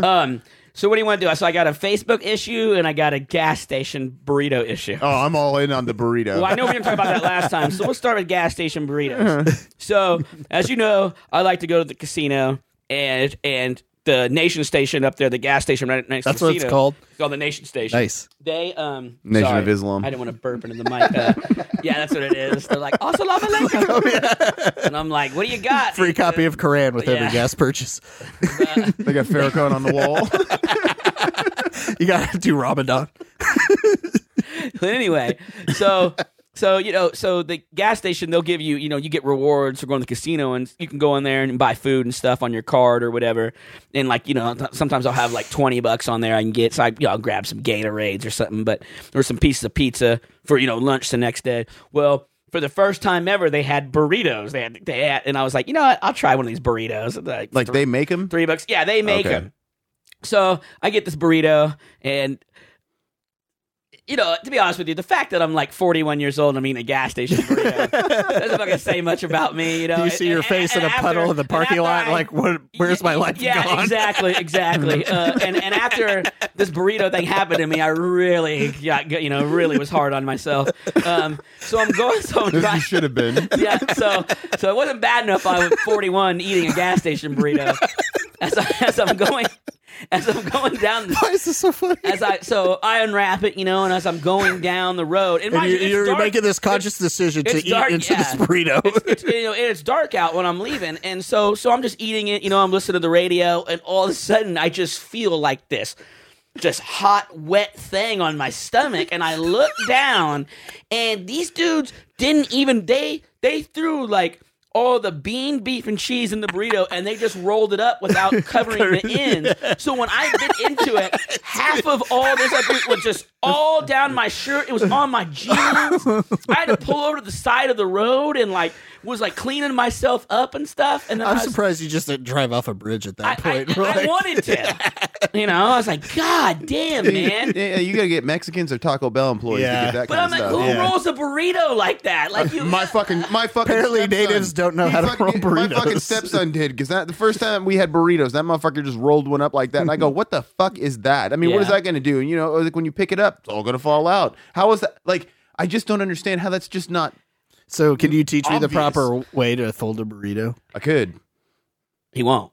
Speaker 3: Um, so what do you want to do? So I got a Facebook issue and I got a gas station burrito issue.
Speaker 2: Oh, I'm all in on the burrito.
Speaker 3: Well, I know we didn't talk about that last time, so we'll start with gas station burritos. So, as you know, I like to go to the casino and and the Nation Station up there, the gas station right next.
Speaker 4: That's
Speaker 3: to
Speaker 4: what it's
Speaker 3: Casino.
Speaker 4: called.
Speaker 3: It's called the Nation Station.
Speaker 4: Nice.
Speaker 3: They um
Speaker 2: Nation
Speaker 3: sorry,
Speaker 2: of Islam.
Speaker 3: I didn't want to burp into the mic. Uh, yeah, that's what it is. They're like, "Assalamu alaikum," and I'm like, "What do you got?"
Speaker 4: Oh, Free copy of Koran with every
Speaker 3: uh, Yeah.
Speaker 4: gas purchase.
Speaker 2: They got Farrakhan on the wall.
Speaker 4: You gotta do Ramadan.
Speaker 3: But anyway, so so you know, so the gas station they'll give you, you know, you get rewards for going to the casino, and you can go in there and buy food and stuff on your card or whatever. And like you know, th- sometimes I'll have like twenty bucks on there I can get, so I you know, I'll grab some Gatorades or something, but or some pieces of pizza for you know lunch the next day. Well. For the first time ever, they had burritos. They had, they had, and I was like, you know what? I'll try one of these burritos. Like,
Speaker 2: like
Speaker 3: thr-
Speaker 2: they make them.
Speaker 3: Three bucks. Yeah, they make
Speaker 2: Okay.
Speaker 3: them. So I get this burrito, and you know, to be honest with you, the fact that I'm like 41 years old and I'm eating a gas station burrito doesn't fucking say much about me. You know,
Speaker 4: Do you see
Speaker 3: And-
Speaker 4: your
Speaker 3: and-
Speaker 4: face
Speaker 3: and
Speaker 4: in a
Speaker 3: after-
Speaker 4: puddle in the
Speaker 3: and
Speaker 4: parking
Speaker 3: after
Speaker 4: lot?
Speaker 3: I-
Speaker 4: like, what? Where's my life
Speaker 3: yeah,
Speaker 4: gone?
Speaker 3: exactly, exactly. Uh, and and after this burrito thing happened to me, I really got you know really was hard on myself. Um, so I'm going. So I'm
Speaker 5: As you
Speaker 3: driving
Speaker 5: should have been.
Speaker 3: yeah, so so it wasn't bad enough. I was 41 eating a gas station burrito as, I, as I'm going as I'm going down. The,
Speaker 4: Why is this so funny?
Speaker 3: as I so I unwrap it, you know, and as I'm going down the road, and,
Speaker 4: And
Speaker 3: mind
Speaker 4: you,
Speaker 3: you, it's
Speaker 4: you're
Speaker 3: dark.
Speaker 4: making this conscious decision to
Speaker 3: it's
Speaker 4: eat
Speaker 3: dark,
Speaker 4: into this
Speaker 3: yeah.
Speaker 4: burrito.
Speaker 3: It's, you know, and it's dark out when I'm leaving, and so so I'm just eating it. You know, I'm listening to the radio, and all of a sudden, I just feel like this. Just hot, wet thing on my stomach, and I look down, and these dudes didn't even they they threw like all the bean, beef, and cheese in the burrito, and they just rolled it up without covering the ends. So when I bit into it, half of all this I bit was just all down my shirt. It was on my jeans. I had to pull over to the side of the road and like was like cleaning myself up and stuff. And then I
Speaker 4: I'm
Speaker 3: was,
Speaker 4: surprised you just didn't drive off a bridge at
Speaker 3: I,
Speaker 4: that
Speaker 3: I,
Speaker 4: point.
Speaker 3: I
Speaker 4: right?
Speaker 3: wanted to, you know. I was like, God damn, man.
Speaker 2: Yeah, yeah, you gotta get Mexicans or Taco Bell employees to
Speaker 4: Yeah.
Speaker 2: get that
Speaker 3: But
Speaker 2: kind
Speaker 3: I'm
Speaker 2: of
Speaker 3: like,
Speaker 2: stuff.
Speaker 3: who
Speaker 4: Yeah.
Speaker 3: rolls a burrito like that? Like you,
Speaker 2: My fucking, my fucking.
Speaker 4: Apparently
Speaker 2: stepson.
Speaker 4: natives don't know
Speaker 2: He
Speaker 4: how to
Speaker 2: fucking
Speaker 4: roll
Speaker 2: did- My fucking
Speaker 4: burritos.
Speaker 2: stepson did because that the first time we had burritos, that motherfucker just rolled one up like that, and I go, "What the fuck is that? I mean, what is
Speaker 3: Yeah.
Speaker 2: that going to do?" And you know, like when you pick it up, it's all going to fall out. How is that? Like, I just don't understand how that's just not.
Speaker 4: So, can you teach me the
Speaker 2: Obvious.
Speaker 4: proper way to fold a burrito?
Speaker 2: I could.
Speaker 3: he won't.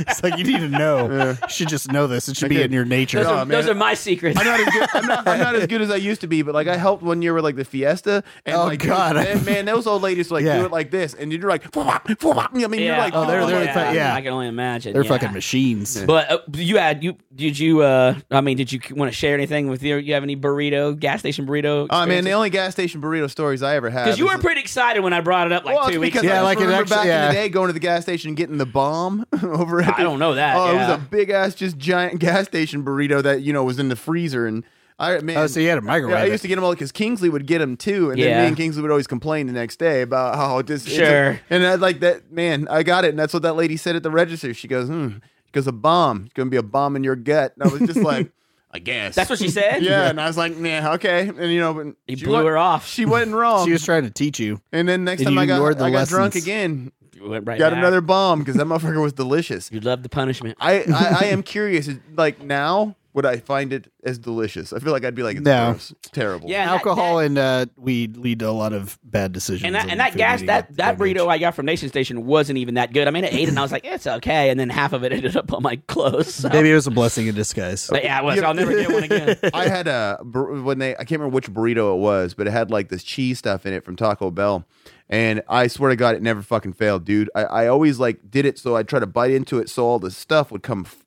Speaker 4: It's like you need to know. You should just know this. It should be
Speaker 2: Okay.
Speaker 4: in your nature.
Speaker 3: Those, are,
Speaker 2: man.
Speaker 3: those are my secrets.
Speaker 2: I'm not, as good, I'm, not, I'm not as good as I used to be, but like I helped one year with like the fiesta. And,
Speaker 4: Oh,
Speaker 2: like,
Speaker 4: God.
Speaker 2: and, man, those old ladies like
Speaker 4: Yeah.
Speaker 2: do it like this, and you're like, I mean, you're like,
Speaker 4: Oh, they're-
Speaker 2: oh,
Speaker 4: they're-
Speaker 2: yeah.
Speaker 4: yeah.
Speaker 3: I can only imagine.
Speaker 4: They're
Speaker 3: yeah.
Speaker 4: fucking machines.
Speaker 3: But uh, you had you did you uh I mean did you want to share anything with your you have any burrito gas station burrito?
Speaker 2: Oh man, the only gas station burrito stories I ever had.
Speaker 3: because you
Speaker 2: is-
Speaker 3: were pretty excited when I brought it up like
Speaker 2: well, it's
Speaker 3: two weeks
Speaker 2: because
Speaker 3: ago.
Speaker 2: I
Speaker 4: Yeah,
Speaker 2: just
Speaker 4: like it
Speaker 2: remember
Speaker 4: actually-
Speaker 2: back
Speaker 4: yeah.
Speaker 2: in the day, going to the gas station and getting the bomb over. At
Speaker 3: I
Speaker 2: the-
Speaker 3: don't know that,
Speaker 2: Oh, it
Speaker 3: yeah.
Speaker 2: was a big ass, just giant gas station burrito that you know was in the freezer, and I man.
Speaker 4: Oh, so you had a microwave.
Speaker 2: yeah, I used to get them all because Kingsley would get them too, and
Speaker 3: Yeah.
Speaker 2: then me and Kingsley would always complain the next day about how this. it's a-
Speaker 3: Sure.
Speaker 2: and I like that man. I got it, and that's what that lady said at the register. She goes, "Hmm, she goes a bomb. It's gonna be a bomb in your gut." And I was just like, "I guess."
Speaker 3: That's what she said.
Speaker 2: Yeah, and I was like, "Nah, okay." And you know, but
Speaker 3: He
Speaker 2: she
Speaker 3: blew
Speaker 2: wa-
Speaker 3: her off.
Speaker 2: She wasn't wrong.
Speaker 4: She was trying to teach you.
Speaker 2: And then next
Speaker 4: And
Speaker 2: time
Speaker 4: you
Speaker 2: I got,
Speaker 4: ignored the
Speaker 2: I got drunk
Speaker 4: lessons.
Speaker 2: again.
Speaker 3: You went right
Speaker 2: Got
Speaker 3: back.
Speaker 2: another bomb because that motherfucker was delicious.
Speaker 3: You love the punishment.
Speaker 2: I, I, I am curious. Like now, would I find it as delicious? I feel like I'd be like, it's
Speaker 4: No.
Speaker 2: gross, terrible.
Speaker 3: Yeah. And that-
Speaker 4: Alcohol and uh, weed lead to a lot of bad decisions.
Speaker 3: and that,
Speaker 4: in
Speaker 3: and that
Speaker 4: food
Speaker 3: gas
Speaker 4: eating
Speaker 3: that
Speaker 4: at
Speaker 3: that
Speaker 4: young age.
Speaker 3: burrito I got from Nation Station wasn't even that good. I mean, I ate it and I was like, it's okay, and then half of it ended up on my clothes. So.
Speaker 4: Maybe it was a blessing in disguise.
Speaker 3: But yeah, it was. I'll never get one again.
Speaker 2: I had a bur- when they I can't remember which burrito it was, but it had like this cheese stuff in it from Taco Bell, and I swear to God, it never fucking failed, dude. I, I always like did it so I'd try to bite into it so all the stuff would come f-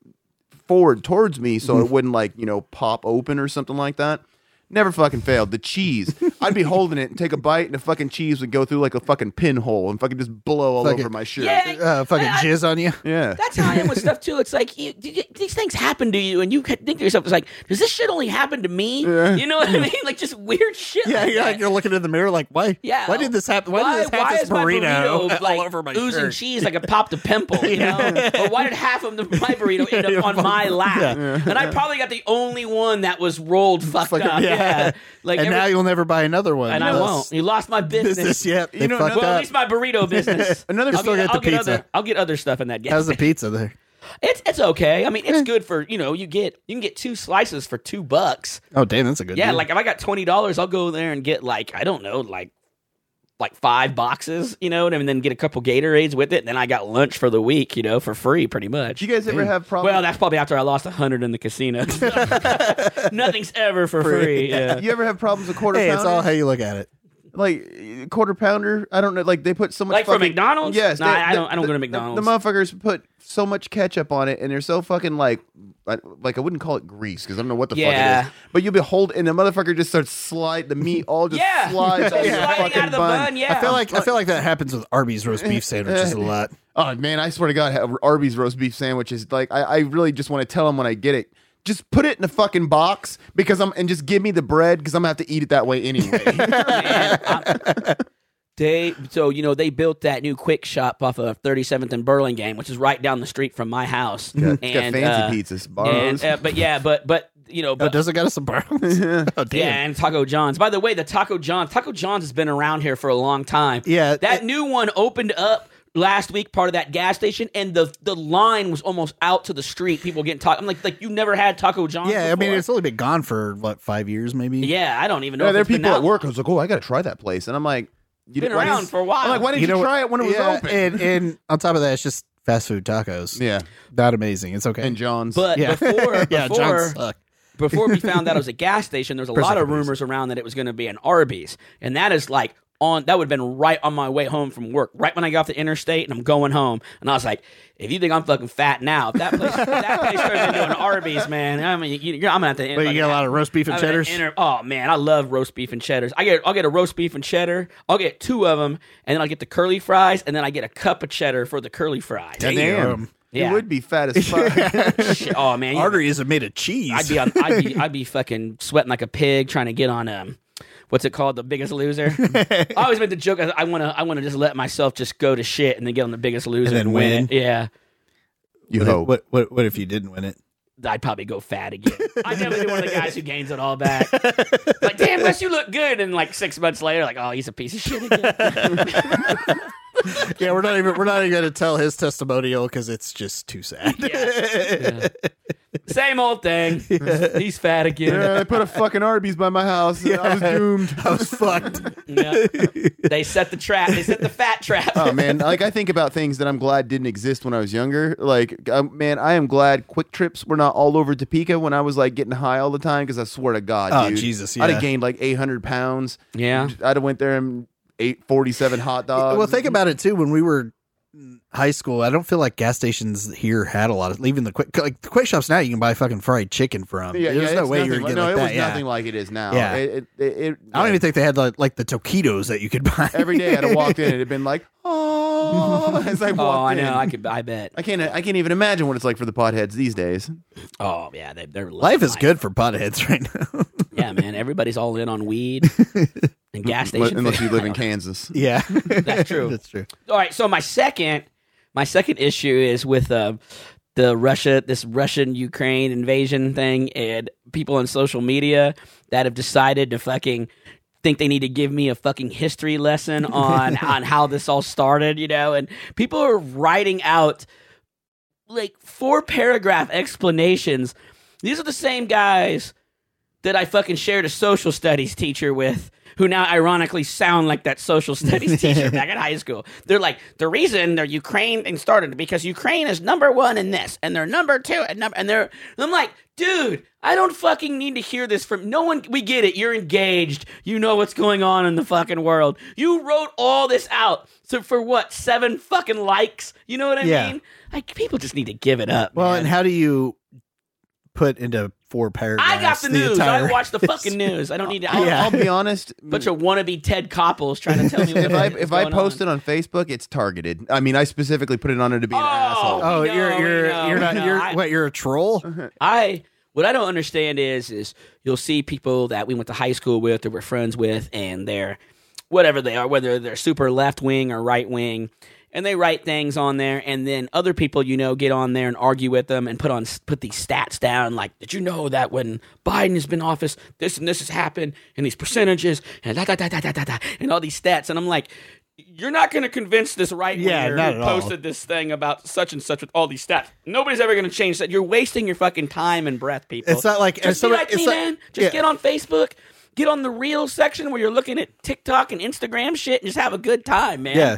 Speaker 2: forward towards me so
Speaker 4: Mm-hmm.
Speaker 2: it wouldn't like you know pop open or something like that. Never fucking failed. The cheese, I'd be holding it and take a bite, and the fucking cheese would go through like a fucking pinhole and fucking just blow all
Speaker 4: Fuck
Speaker 2: over
Speaker 4: it.
Speaker 2: my shirt.
Speaker 3: Yeah,
Speaker 4: Uh, fucking
Speaker 3: I- I-
Speaker 4: jizz on you.
Speaker 2: Yeah.
Speaker 3: That's how I am with stuff too. It's like you, you- these things happen to you, and you could think to yourself, "It's like, does this shit only happen to me?" You know what I mean? Like just weird shit.
Speaker 4: Hmm. Yeah,
Speaker 3: like
Speaker 4: you're,
Speaker 3: that.
Speaker 4: like, you're looking in the mirror, like, why?
Speaker 3: Yeah.
Speaker 4: Why did this happen? Why, did this
Speaker 3: why
Speaker 4: happen?
Speaker 3: is my
Speaker 4: burrito, all
Speaker 3: like,
Speaker 4: over my
Speaker 3: oozing
Speaker 4: shirt?
Speaker 3: cheese like it popped a pimple? You know, or why did half of the, my burrito end
Speaker 4: Yeah,
Speaker 3: up on my lap?
Speaker 4: yeah.
Speaker 3: And I probably got the only one that was rolled fucked up.
Speaker 4: yeah.
Speaker 3: Yeah, like
Speaker 4: and
Speaker 3: every-
Speaker 4: now you'll never buy another one.
Speaker 3: and I
Speaker 4: unless-
Speaker 3: won't. You lost my business.
Speaker 4: Business yet? They
Speaker 2: You know,
Speaker 4: fucked
Speaker 2: another-
Speaker 3: Well, at
Speaker 4: up.
Speaker 3: least my burrito business.
Speaker 2: Another
Speaker 3: I'll
Speaker 4: still
Speaker 3: get,
Speaker 4: get the
Speaker 3: I'll get
Speaker 4: pizza.
Speaker 3: other. I'll get other stuff in that. gas
Speaker 4: How's the pizza there?
Speaker 3: It's it's okay. I mean, it's good for you know you get you can get two slices for two bucks.
Speaker 4: Oh, damn, that's a good.
Speaker 3: Yeah,
Speaker 4: deal.
Speaker 3: like if I got twenty dollars, I'll go there and get like I don't know like like five boxes, you know, and then get a couple Gatorades with it. And then I got lunch for the week, you know, for free pretty much.
Speaker 2: Do you guys ever have problems?
Speaker 3: well, that's probably after I lost a hundred in the casino. Nothing's ever for free. Yeah.
Speaker 2: you ever have problems with quarter
Speaker 4: Hey,
Speaker 2: pounder?
Speaker 4: it's all how you look at it.
Speaker 2: like quarter pounder. I don't know. Like they put so much
Speaker 3: Like for
Speaker 2: fucking-
Speaker 3: McDonald's?
Speaker 2: Yes,
Speaker 3: Nah, I don't- I don't go to
Speaker 2: the-
Speaker 3: McDonald's.
Speaker 2: The, motherfuckers put so much ketchup on it, and they're so fucking like, I- like I wouldn't call it grease because I don't know what the
Speaker 3: Yeah.
Speaker 2: fuck it is. But you'll be holding, and the motherfucker just starts slide the meat all just
Speaker 3: Yeah.
Speaker 2: slides
Speaker 3: So
Speaker 2: out of your
Speaker 3: sliding out of
Speaker 2: fucking
Speaker 3: the bun, yeah.
Speaker 4: I feel like I feel like that happens with Arby's roast beef sandwiches a lot.
Speaker 2: Oh man, I swear to God, ha- Arby's roast beef sandwiches. Like I, I really just want to tell them when I get it. Just put it in a fucking box because I'm and just give me the bread because I'm gonna have to eat it that way anyway.
Speaker 3: Man, I- they so you know they built that new quick shop off of 37th and Burlingame, which is right down the street from my house.
Speaker 2: Yeah, it's got
Speaker 3: And,
Speaker 2: fancy
Speaker 3: uh,
Speaker 2: pizzas,
Speaker 3: and,
Speaker 2: bars.
Speaker 3: uh, but yeah, but but you know,
Speaker 4: Oh,
Speaker 3: but
Speaker 4: does it got us some Barnes? oh, damn.
Speaker 3: yeah, and Taco John's. By the way, the Taco John's, Taco John's has been around here for a long time.
Speaker 4: Yeah,
Speaker 3: that
Speaker 4: it-
Speaker 3: new one opened up last week, part of that gas station, and the the line was almost out to the street. People getting taco. I'm like, like you never had Taco John's.
Speaker 4: Yeah, I mean,
Speaker 3: before?
Speaker 4: it's only been gone for what five years, maybe.
Speaker 3: yeah, I don't even know.
Speaker 2: Yeah,
Speaker 3: if
Speaker 2: there are
Speaker 3: it's been
Speaker 2: people
Speaker 3: out.
Speaker 2: at work who's like, "Oh, I got to try that place," and I'm like, "You
Speaker 3: Been
Speaker 2: didn't- why
Speaker 3: around
Speaker 2: didn't-
Speaker 3: for a while.
Speaker 2: I'm like, "Why didn't you,
Speaker 4: what-
Speaker 2: try it when it was
Speaker 4: yeah,
Speaker 2: open?"
Speaker 4: And, and on top of that, it's just fast food tacos.
Speaker 2: yeah,
Speaker 4: not amazing. It's okay.
Speaker 2: and John's.
Speaker 3: But
Speaker 4: yeah,
Speaker 3: before,
Speaker 4: yeah,
Speaker 3: before,
Speaker 4: John's suck.
Speaker 3: before we found out it was a gas station, there was a lot of rumors around that it was going to be an Arby's, and that is like on that would have been right on my way home from work, right when I got off the interstate, and I'm going home, and I was like, if you think I'm fucking fat now, if that place, if that place turns into an Arby's, man, I mean, you, you're, I'm gonna have to.
Speaker 4: But you get a lot of roast beef and
Speaker 3: I'm gonna
Speaker 4: cheddars.
Speaker 3: enter- oh man, I love roast beef and cheddars. I get I'll get a roast beef and cheddar. I'll get two of them, and then I'll get the curly fries, and then I get a cup of cheddar for the curly fries.
Speaker 2: damn, you
Speaker 3: Yeah.
Speaker 2: would be fat as fuck.
Speaker 3: Shit, oh man, you-
Speaker 4: Arteries are made of cheese.
Speaker 3: I'd be on. I'd be. I'd be fucking sweating like a pig trying to get on. Um, what's it called? The Biggest Loser. I always made the joke. I I wanna. I wanna just let myself just go to shit and then get on the Biggest Loser
Speaker 4: then win.
Speaker 3: it. Yeah.
Speaker 2: you
Speaker 4: What if-
Speaker 2: hope.
Speaker 4: What, what what if you didn't win it?
Speaker 3: I'd probably go fat again. I'd definitely be one of the guys who gains it all back. like, damn, Wes, you look good. And like six months later, like, oh, he's a piece of shit again.
Speaker 4: Yeah, we're not even we're not even going to tell his testimonial because it's just too sad.
Speaker 3: Yeah. Same old thing. He's fat again.
Speaker 2: yeah, they put a fucking Arby's by my house. and I was doomed.
Speaker 4: I was fucked.
Speaker 3: Yeah. They set the trap. They set the fat trap.
Speaker 2: Oh man, like I think about things that I'm glad didn't exist when I was younger. Like, um, man, I am glad quick trips were not all over Topeka when I was like getting high all the time. Because I swear to God,
Speaker 4: Oh,
Speaker 2: dude,
Speaker 4: Jesus,
Speaker 2: I'd
Speaker 4: yeah.
Speaker 2: have gained like 800 pounds.
Speaker 3: Yeah.
Speaker 2: I'd have went there and ate 47 hot dogs.
Speaker 4: well, think about it too. When we were in high school, I don't feel like gas stations here had a lot of even the quick like the quick shops now you can buy fucking fried chicken from. There's no
Speaker 2: it's
Speaker 4: way
Speaker 2: nothing
Speaker 4: you're
Speaker 2: like,
Speaker 4: getting
Speaker 2: no,
Speaker 4: like
Speaker 2: it
Speaker 4: that.
Speaker 2: was
Speaker 4: yeah.
Speaker 2: nothing like it is now.
Speaker 4: Yeah.
Speaker 2: It, it, it, it-
Speaker 4: I don't even think they had like, like the taquitos that you could buy
Speaker 2: every day I'd have walked in and it'd been like, oh, as I walked
Speaker 3: Oh, I
Speaker 2: in.
Speaker 3: know. I could. I bet.
Speaker 2: I can't. I can't even imagine what it's like for the potheads these days.
Speaker 3: Oh yeah, they, they're loving
Speaker 4: Life is good for potheads right now.
Speaker 3: Yeah, man. Everybody's all in on weed and gas station.
Speaker 2: Unless
Speaker 3: food.
Speaker 2: you live in Kansas.
Speaker 4: yeah,
Speaker 3: That's true.
Speaker 4: That's true.
Speaker 3: all right. So my second, my second issue is with uh, the Russia, this Russian Ukraine invasion thing, and people on social media that have decided to fucking think they need to give me a fucking history lesson on on how this all started. You know, and people are writing out like four paragraph explanations. These are the same guys that I fucking shared a social studies teacher with, who now ironically sound like that social studies teacher back at high school. They're like, the reason they're Ukraine and started because Ukraine is number one in this, and they're number two, and number, and they're. And I'm like, dude, I don't fucking need to hear this from no one. We get it. You're engaged. You know what's going on in the fucking world. You wrote all this out. So for what? Seven fucking likes. You know what I
Speaker 4: Yeah.
Speaker 3: mean? Like people just need to give it up.
Speaker 4: Well,
Speaker 3: man.
Speaker 4: and how do you put into four paragraphs?
Speaker 3: I got the, news.
Speaker 4: entire-
Speaker 3: I watched the fucking news. I don't need to. I,
Speaker 4: Yeah.
Speaker 2: I'll be honest.
Speaker 3: bunch of wannabe Ted Koppels trying to tell me what
Speaker 2: if I
Speaker 3: is
Speaker 2: if I
Speaker 3: going
Speaker 2: post
Speaker 3: on.
Speaker 2: it on Facebook, it's targeted. I mean, I specifically put it on there to be an
Speaker 3: Oh.
Speaker 2: asshole.
Speaker 4: Oh,
Speaker 3: We
Speaker 4: you're
Speaker 3: know, we
Speaker 4: you're
Speaker 3: know,
Speaker 4: you're
Speaker 3: we
Speaker 4: not
Speaker 3: know.
Speaker 4: you're
Speaker 3: I-
Speaker 4: what you're a troll.
Speaker 3: I what I don't understand is is you'll see people that we went to high school with or we're friends with, and they're whatever they are, whether they're super left wing or right wing, and they write things on there, and then other people you know get on there and argue with them and put on put these stats down like, did you know that when Biden has been in office, this and this has happened, and these percentages and da da da da da da, da and all these stats, and I'm like. You're not going to convince this right
Speaker 4: Yeah,
Speaker 3: winger
Speaker 4: not
Speaker 3: who
Speaker 4: at all.
Speaker 3: posted this thing about such and such with all these stats. Nobody's ever going to change that. You're wasting your fucking time and breath, people.
Speaker 4: It's not like-
Speaker 3: just
Speaker 4: it's not-
Speaker 3: be like
Speaker 4: it's
Speaker 3: me,
Speaker 4: not-
Speaker 3: man. Just
Speaker 4: yeah.
Speaker 3: get on Facebook Get on the real section where you're looking at TikTok and Instagram shit and just have a good time, man.
Speaker 4: Yeah.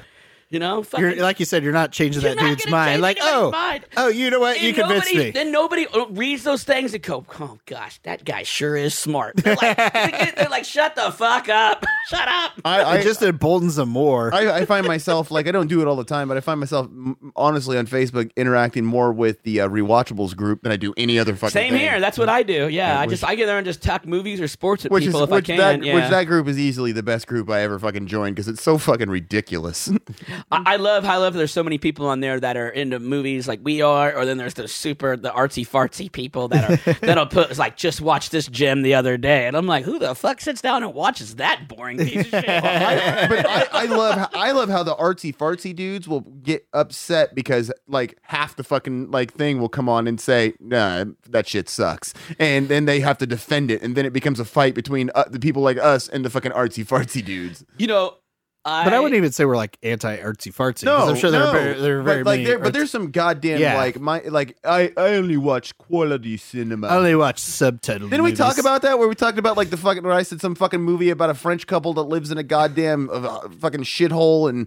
Speaker 3: You know, fucking,
Speaker 4: You're, like you said, you're not changing
Speaker 3: You're
Speaker 4: that
Speaker 3: not
Speaker 4: dude's
Speaker 3: gonna
Speaker 4: mind.
Speaker 3: change
Speaker 4: Like,
Speaker 3: anybody's
Speaker 4: oh,
Speaker 3: mind.
Speaker 4: oh, you know what? You
Speaker 3: and
Speaker 4: convinced
Speaker 3: nobody-
Speaker 4: me.
Speaker 3: Then nobody uh, reads those things and go, "Oh gosh, that guy sure is smart." They're like, they're like "Shut the fuck up! Shut up!"
Speaker 2: I, I
Speaker 4: it just emboldens them more.
Speaker 2: I, I find myself like I don't do it all the time, but I find myself m- honestly on Facebook interacting more with the uh, rewatchables group than I do any other fucking
Speaker 3: Same
Speaker 2: thing.
Speaker 3: here. That's what I do. Yeah, I just I get there and just talk movies or sports with
Speaker 2: Which is
Speaker 3: people if
Speaker 2: which
Speaker 3: I can.
Speaker 2: that
Speaker 3: yeah.
Speaker 2: which that group is easily the best group I ever fucking joined because it's so fucking ridiculous.
Speaker 3: I, I love I love there's so many people on there that are into movies like we are, or then there's those super the artsy fartsy people that are that'll put it's like just watch this gem the other day, and I'm like, who the fuck sits down and watches that boring piece of shit?
Speaker 2: but I, I love I love how the artsy fartsy dudes will get upset because like half the fucking like thing will come on and say nah that shit sucks and then they have to defend it and then it becomes a fight between uh, the people like us and the fucking artsy fartsy dudes.
Speaker 3: you know, I
Speaker 4: but I wouldn't even say we're like anti artsy fartsy. 'cause I'm sure there
Speaker 2: no.
Speaker 4: are very, there are very
Speaker 2: but, like,
Speaker 4: many.
Speaker 2: there- but
Speaker 4: artsy-
Speaker 2: there's some goddamn
Speaker 4: Yeah.
Speaker 2: like my like I I only watch quality cinema.
Speaker 4: I only watch subtitled.
Speaker 2: Didn't we
Speaker 4: movies.
Speaker 2: talk about that? Where we talked about like the fucking where I said some fucking movie about a French couple that lives in a goddamn uh, fucking shithole and,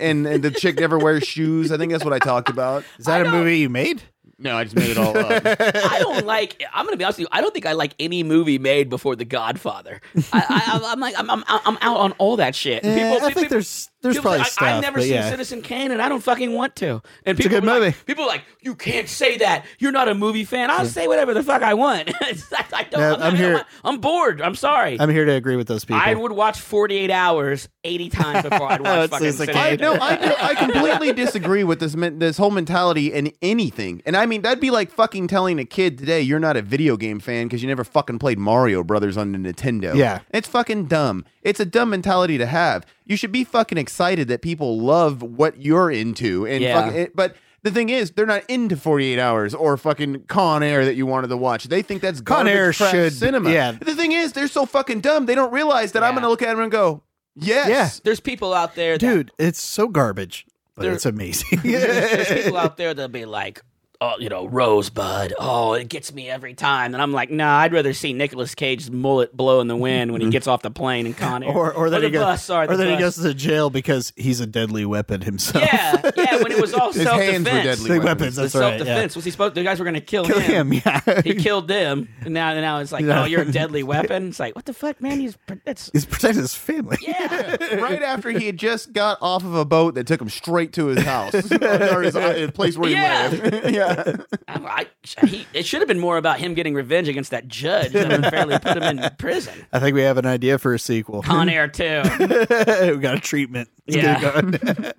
Speaker 2: and and the chick never wears shoes. I think that's what I talked about.
Speaker 4: Is that a movie you made?
Speaker 2: No, I just made it all up.
Speaker 3: I don't like. I'm gonna be honest with you. I don't think I like any movie made before The Godfather. I, I, I'm like, I'm, I'm, I'm out on all that shit.
Speaker 4: Yeah, Eh, I think
Speaker 3: people-
Speaker 4: there's there's
Speaker 3: people-
Speaker 4: probably
Speaker 3: I,
Speaker 4: stuff.
Speaker 3: I've never
Speaker 4: but
Speaker 3: seen
Speaker 4: yeah.
Speaker 3: Citizen Kane, and I don't fucking want to. And
Speaker 4: a
Speaker 3: people
Speaker 4: good
Speaker 3: were like-
Speaker 4: movie.
Speaker 3: people are like, you can't say that. You're not a movie fan. I'll say whatever the fuck I want. It's like, I don't.
Speaker 4: No,
Speaker 3: I'm, not-
Speaker 4: I'm
Speaker 3: I don't
Speaker 4: here-
Speaker 3: want- I'm bored. I'm sorry. i
Speaker 4: I'm here to agree with those people.
Speaker 3: would watch 48 hours 80 times before I'd watch
Speaker 4: It's
Speaker 3: fucking
Speaker 4: Citizen
Speaker 3: Citizen
Speaker 2: I
Speaker 4: Kane.
Speaker 3: Kane.
Speaker 2: no, I do- I completely disagree with this men- this whole mentality in anything. And I mean that'd be like fucking telling a kid today you're not a video game fan because you never fucking played Mario Brothers on the Nintendo.
Speaker 4: Yeah.
Speaker 2: it's fucking dumb. It's a dumb mentality to have. You should be fucking excited that people love what you're into and
Speaker 3: Yeah.
Speaker 2: fucking, it- but. The thing is, they're not into 48 hours or fucking Con Air that you wanted to watch. They think that's
Speaker 4: Con Air
Speaker 2: garbage trash
Speaker 4: should-
Speaker 2: cinema.
Speaker 4: yeah.
Speaker 2: The thing is, they're so fucking dumb. They don't realize that I'm
Speaker 3: Yeah.
Speaker 2: going to look at them and go, yes.
Speaker 4: Yeah.
Speaker 3: There's people out there, that,
Speaker 4: dude, it's so garbage, but
Speaker 3: There-
Speaker 4: it's amazing.
Speaker 3: there's people out there that'll be like, oh, you know, Rosebud. Oh, it gets me every time. And I'm like, nah, I'd rather see Nicolas Cage's mullet blow in the wind when he gets off the plane and Con Air.
Speaker 4: or or then
Speaker 3: the
Speaker 4: he goes,
Speaker 3: bus, sorry,
Speaker 4: or
Speaker 3: the
Speaker 4: then he goes
Speaker 3: bus.
Speaker 4: to jail because he's a deadly weapon himself.
Speaker 3: Yeah, yeah, when it was all
Speaker 2: His
Speaker 3: self
Speaker 2: hands were
Speaker 3: defense.
Speaker 2: deadly
Speaker 4: Big
Speaker 2: weapons.
Speaker 4: weapons.
Speaker 3: The
Speaker 4: That's
Speaker 3: self
Speaker 4: right.
Speaker 3: defense was he supposed the guys were gonna kill,
Speaker 4: Yeah. Kill
Speaker 3: him.
Speaker 4: him. Yeah.
Speaker 3: He killed them. And now and now it's like,
Speaker 4: Yeah.
Speaker 3: oh, you're a deadly weapon. It's like, what the fuck, man? He's that's
Speaker 4: he's protecting his family.
Speaker 3: yeah.
Speaker 2: right after he had just got off of a boat that took him straight to his house or his uh, place where he
Speaker 3: Yeah.
Speaker 2: lived. yeah.
Speaker 3: I'm like, I, he, it should have been more about him getting revenge against that judge that unfairly put him in prison.
Speaker 4: I think we have an idea for a sequel.
Speaker 3: Con Air too,
Speaker 4: we got a treatment. Let's get
Speaker 3: Yeah.
Speaker 4: it going.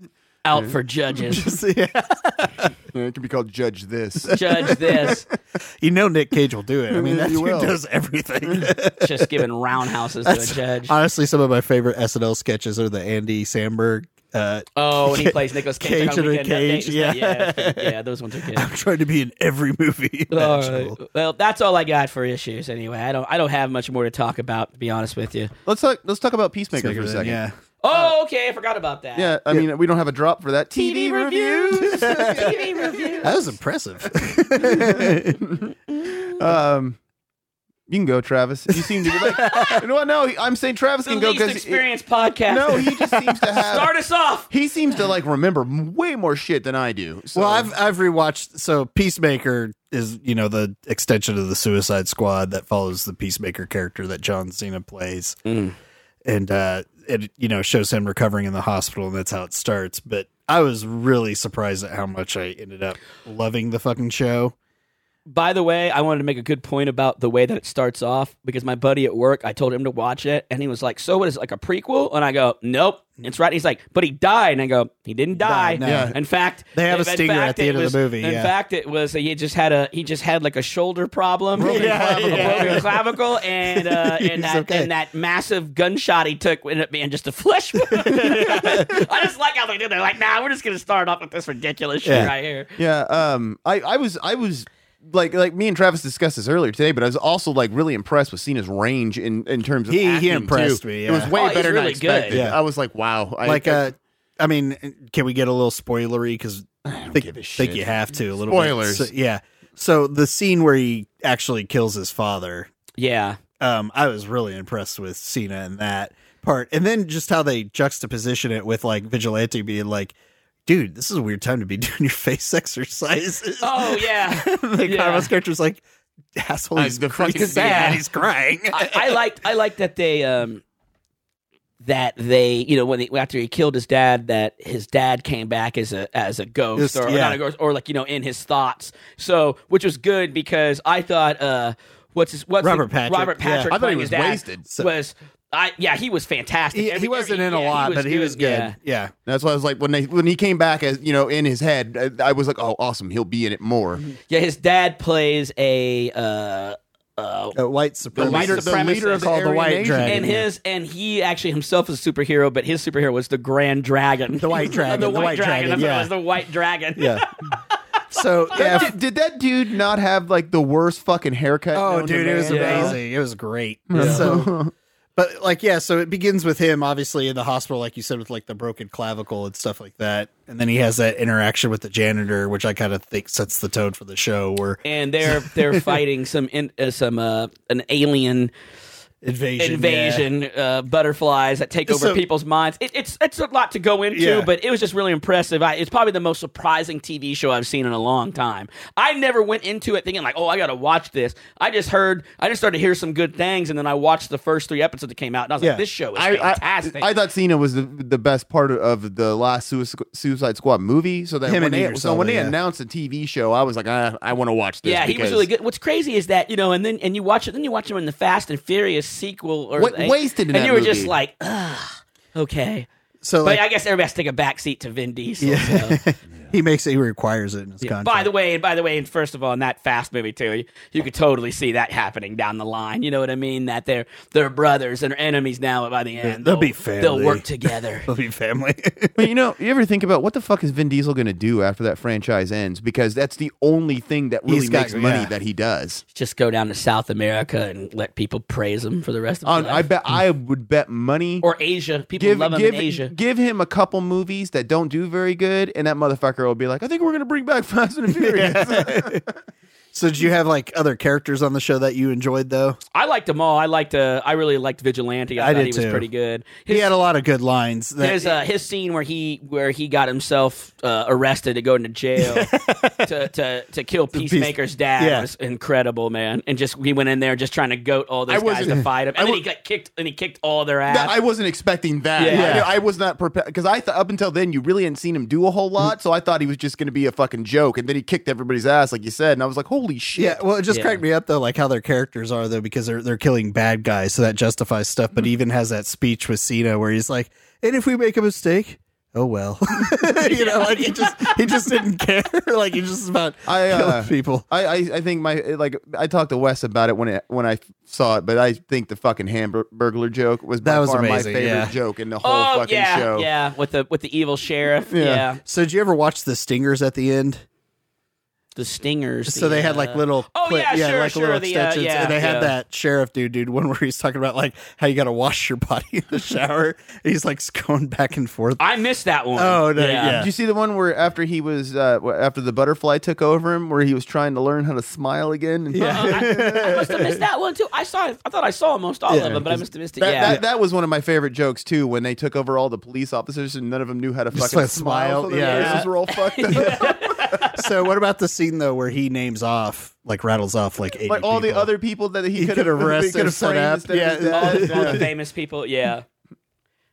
Speaker 3: out for judges.
Speaker 4: So, yeah.
Speaker 2: It could be called Judge This.
Speaker 3: Judge this,
Speaker 4: You know Nick Cage will do it. I mean, that
Speaker 2: You
Speaker 4: dude
Speaker 2: will.
Speaker 4: does everything.
Speaker 3: just giving roundhouses to a judge.
Speaker 4: Honestly, some of my favorite SNL sketches are the Andy Samberg. Uh,
Speaker 3: Oh, and he plays Nicholas Cage,
Speaker 4: Cage
Speaker 3: on
Speaker 4: in a
Speaker 3: Weekend Update.
Speaker 4: Cage, yeah.
Speaker 3: yeah, that's good. yeah. Those ones are good.
Speaker 4: I'm trying to be in every movie.
Speaker 3: All
Speaker 4: imaginable.
Speaker 3: right. Well, that's all I got for issues. Anyway, I don't I don't have much more to talk about. To be honest with you.
Speaker 2: Let's talk. Let's talk about Peacemaker
Speaker 4: Bigger
Speaker 2: for a
Speaker 4: than-
Speaker 2: second.
Speaker 4: Yeah.
Speaker 3: Oh, okay. I forgot about that.
Speaker 2: Yeah, I mean, we don't have a drop for that.
Speaker 3: TV reviews. TV reviews.
Speaker 4: That was impressive.
Speaker 2: um, you can go, Travis. You seem to be like, you know what? No, I'm saying Travis
Speaker 3: The
Speaker 2: can go
Speaker 3: least
Speaker 2: because
Speaker 3: experience podcast.
Speaker 2: no, he just seems to have.
Speaker 3: Start us off.
Speaker 2: he seems to like remember m- way more shit than I do. So.
Speaker 4: Well, I've I've rewatched. So Peacemaker is you know the extension of the Suicide Squad that follows the Peacemaker character that John Cena plays, and uh, it you know shows him recovering in the hospital, and that's how it starts. But I was really surprised at how much I ended up loving the fucking show.
Speaker 3: By the way, I wanted to make a good point about the way that it starts off because my buddy at work, I told him to watch it, and he was like, "So what is it like a prequel?" And I go, "Nope, it's right." He's like, "But he died," and I go, "He didn't die.
Speaker 4: Died, no. Yeah.
Speaker 3: In fact,
Speaker 4: They have a
Speaker 3: in
Speaker 4: stinger
Speaker 3: fact,
Speaker 4: at the
Speaker 3: it
Speaker 4: end of the
Speaker 3: was-
Speaker 4: movie,
Speaker 3: In
Speaker 4: yeah.
Speaker 3: fact, it was he just had a he just had like a shoulder problem,
Speaker 4: Broken
Speaker 3: yeah,
Speaker 4: clavicle.
Speaker 3: yeah. broken clavicle, and uh, and
Speaker 4: He's
Speaker 3: that
Speaker 4: okay.
Speaker 3: and that massive gunshot he took ended up being just a flesh wound. I just like how they did. They're like, "Nah, we're just gonna start off with this ridiculous shit
Speaker 4: Yeah.
Speaker 3: right here."
Speaker 2: Yeah, um, I, I was I was like like me and Travis discussed this earlier today, but I was also like really impressed with Cena's range in in terms of
Speaker 4: He- he
Speaker 2: acting,
Speaker 4: impressed
Speaker 2: too.
Speaker 4: me,
Speaker 2: It was
Speaker 4: yeah.
Speaker 2: way
Speaker 3: Oh, he's
Speaker 2: better than I
Speaker 3: really good.
Speaker 2: expected.
Speaker 4: Yeah.
Speaker 2: I was like, wow, I,
Speaker 4: Like,
Speaker 2: I-
Speaker 4: uh, I mean, can we get a little spoilery? Because I think,
Speaker 2: give a
Speaker 4: think
Speaker 2: shit.
Speaker 4: you have to a little
Speaker 2: Spoilers.
Speaker 4: Bit. So, yeah. So the scene where he actually kills his father
Speaker 3: Yeah.
Speaker 4: um, I was really impressed with Cena in that part, and then just how they juxtaposition it with like Vigilante being like, "Dude, this is a weird time to be doing your face exercises."
Speaker 3: Oh yeah.
Speaker 4: the
Speaker 3: yeah.
Speaker 4: Carlos character's like, "Asshole,
Speaker 2: Uh,
Speaker 4: he's
Speaker 2: the fucking-
Speaker 4: fucking sad.
Speaker 2: yeah.
Speaker 4: He's crying."
Speaker 3: I, I liked I liked that they um that they you know when they, after he killed his dad that his dad came back as a as a ghost
Speaker 4: Just-
Speaker 3: or, or
Speaker 4: yeah.
Speaker 3: not a ghost or like you know in his thoughts so which was good because I thought uh what's his what's
Speaker 4: Robert
Speaker 3: the-
Speaker 4: Patrick,
Speaker 3: Robert
Speaker 4: yeah.
Speaker 3: Patrick
Speaker 2: I thought he
Speaker 3: playing
Speaker 2: was
Speaker 3: his dad
Speaker 2: wasted, so-
Speaker 3: was I yeah he was fantastic
Speaker 4: he,
Speaker 3: Every-
Speaker 4: he wasn't
Speaker 3: every-
Speaker 4: in a
Speaker 3: yeah,
Speaker 4: lot, but he was good.
Speaker 3: yeah.
Speaker 4: Yeah.
Speaker 2: That's why I was like when they when he came back as you know in his head, I, I was like, oh, awesome, he'll be in it more.
Speaker 3: Yeah, his dad plays a uh uh
Speaker 4: Uh, white
Speaker 2: The
Speaker 4: supremacist.
Speaker 2: leader, the leader of the,
Speaker 4: Called the
Speaker 2: Aryan
Speaker 4: White
Speaker 2: Nation.
Speaker 4: Dragon.
Speaker 3: and his and he actually himself is a superhero, but his superhero was the Grand Dragon,
Speaker 4: The White Dragon,
Speaker 3: the
Speaker 4: the
Speaker 3: White,
Speaker 4: White
Speaker 3: Dragon.
Speaker 4: Dragon,
Speaker 3: That's what it
Speaker 4: yeah.
Speaker 3: was, the White Dragon.
Speaker 4: yeah. So yeah,
Speaker 2: That dude- did that dude not have like the worst fucking haircut? known
Speaker 4: Oh,
Speaker 2: to
Speaker 4: dude, it was
Speaker 2: man?
Speaker 3: Yeah.
Speaker 4: amazing. It was great. So, but like, yeah, so it begins with him obviously in the hospital, like you said, with like the broken clavicle and stuff like that. And then he has that interaction with the janitor, which I kind of think sets the tone for the show or
Speaker 3: And they're they're fighting some in, uh, some uh, an alien
Speaker 4: invasion.
Speaker 3: invasion uh, butterflies that take over
Speaker 4: So-
Speaker 3: people's minds. It, it's it's a lot to go into,
Speaker 4: Yeah.
Speaker 3: but it was just really impressive. I, it's probably the most surprising TV show I've seen in a long time. I never went into it thinking like, oh, I got to watch this. I just heard, I just started to hear some good things, and then I watched the first three episodes that came out, and I was
Speaker 4: Yeah.
Speaker 3: like, this show is
Speaker 2: I,
Speaker 3: fantastic.
Speaker 2: I, I thought Cena was the, the best part of the last Suic- Suicide Squad movie. So that
Speaker 4: Him
Speaker 2: when
Speaker 4: and
Speaker 2: they,
Speaker 4: Idris
Speaker 2: so when
Speaker 4: Elba,
Speaker 2: they
Speaker 4: yeah.
Speaker 2: announced a TV show, I was like, "Ah, I, I want to watch this.
Speaker 3: yeah, he was
Speaker 2: because-
Speaker 3: really good. What's crazy is that you know, and then and you watch it, then you watch him in the Fast and Furious sequel, or
Speaker 2: What-
Speaker 3: like-
Speaker 2: wasted in
Speaker 3: and
Speaker 2: that
Speaker 3: you were just
Speaker 2: movie.
Speaker 3: like, Ugh, okay.
Speaker 4: So
Speaker 3: But
Speaker 4: like,
Speaker 3: I guess everybody has to take a backseat to Vin Diesel. So.
Speaker 4: he makes it, he requires it in his
Speaker 3: Yeah.
Speaker 4: contract.
Speaker 3: By the way, and by the way, and first of all, in that fast movie too, you, you could totally see that happening down the line. You know what I mean? That they're they're brothers and are enemies now. But by the end,
Speaker 4: they'll be
Speaker 3: They'll
Speaker 4: family.
Speaker 3: work together.
Speaker 4: They'll be family.
Speaker 2: But you know, you ever think about what the fuck is Vin Diesel going to do after that franchise ends? Because that's the only thing that really
Speaker 4: He's got-
Speaker 2: makes money
Speaker 4: yeah.
Speaker 2: that he does.
Speaker 3: Just go down to South America and let people praise him for the rest of.
Speaker 2: On,
Speaker 3: their
Speaker 2: I
Speaker 3: life.
Speaker 2: bet I would bet money.
Speaker 3: Or Asia, people
Speaker 2: give
Speaker 3: love him
Speaker 2: give
Speaker 3: in Asia.
Speaker 2: give him a couple movies that don't do very good, and that motherfucker will be like, I think we're going to bring back Fast and Furious.
Speaker 4: so did you have like other characters on the show that you enjoyed though?
Speaker 3: I liked them all. I liked. Uh, I really liked Vigilante. I,
Speaker 4: I
Speaker 3: thought
Speaker 4: did
Speaker 3: he was
Speaker 4: too.
Speaker 3: pretty good.
Speaker 4: he had a lot of good lines. That,
Speaker 3: There's uh, his scene where he where he got himself uh, arrested to go into jail to, to to kill
Speaker 4: piece-
Speaker 3: Peacemaker's dad
Speaker 4: yeah.
Speaker 3: was incredible, man. And just he went in there just trying to goat all
Speaker 2: I
Speaker 3: those guys
Speaker 2: wasn't-
Speaker 3: to fight him, and
Speaker 2: I
Speaker 3: then
Speaker 2: wa-
Speaker 3: he got kicked and he kicked all their
Speaker 2: That-
Speaker 3: ass.
Speaker 2: I wasn't expecting that.
Speaker 3: Yeah.
Speaker 2: I, I was not prepared because I thought up until then you really hadn't seen him do a whole
Speaker 4: Mm-hmm.
Speaker 2: lot, so I thought he was just going to be a fucking joke, and then he kicked everybody's ass, like you said, and I was like, holy shit!
Speaker 4: Yeah, well, it just
Speaker 3: Yeah.
Speaker 4: cracked me up though, like how their characters are though, because they're they're killing bad guys, so that justifies stuff.
Speaker 2: Mm-hmm.
Speaker 4: But he even has that speech with Cena where he's like, "And if we make a mistake, oh well," you know, like he just he just didn't care, like he just about
Speaker 2: I, uh,
Speaker 4: killing people.
Speaker 2: I, I I think my like I talked to Wes about it when it when I saw it, but I think the fucking hamburger joke was by
Speaker 4: That was
Speaker 2: far
Speaker 4: amazing,
Speaker 2: my favorite
Speaker 4: yeah.
Speaker 2: joke in the whole
Speaker 3: oh
Speaker 2: fucking
Speaker 3: yeah,
Speaker 2: show.
Speaker 3: yeah, with the with the evil sheriff. Yeah,
Speaker 4: So did you ever watch the Stingers at the end?
Speaker 3: the stingers.
Speaker 4: So
Speaker 3: the,
Speaker 4: they had like
Speaker 3: uh,
Speaker 4: little,
Speaker 3: Oh, yeah, sure,
Speaker 4: like
Speaker 3: sure,
Speaker 4: little
Speaker 3: the, uh,
Speaker 4: extensions,
Speaker 3: yeah,
Speaker 4: and
Speaker 3: yeah.
Speaker 4: they had that sheriff dude, dude, one where he's talking about like how you got to wash your body in the shower. And he's like going back and forth.
Speaker 3: I missed that one.
Speaker 4: Oh, no, yeah.
Speaker 2: Did you see the one where after he was uh, wh- after the butterfly took over him, where he was trying to learn how to smile again? And-
Speaker 4: Yeah.
Speaker 3: Uh, I, I must have missed that one too. I saw. it. I thought I saw almost all
Speaker 4: Yeah,
Speaker 3: of them, but I must have missed it.
Speaker 2: That,
Speaker 3: yeah,
Speaker 2: that, that was one of my favorite jokes too. When they took over all the police officers and none of them knew how to
Speaker 4: Just
Speaker 2: fucking
Speaker 4: like smile,
Speaker 2: smile. for their
Speaker 4: yeah.
Speaker 2: faces were all fucked up.
Speaker 4: so what about the scene though where he names off like rattles off like 80
Speaker 2: Like all the
Speaker 4: people?
Speaker 2: other people that he,
Speaker 4: He
Speaker 2: could
Speaker 4: could
Speaker 2: have
Speaker 4: arrest
Speaker 2: could
Speaker 4: or
Speaker 2: have
Speaker 4: set
Speaker 2: framed
Speaker 4: up.
Speaker 2: instead of his
Speaker 4: Yeah.
Speaker 2: dad.
Speaker 3: all, all the famous people. Yeah.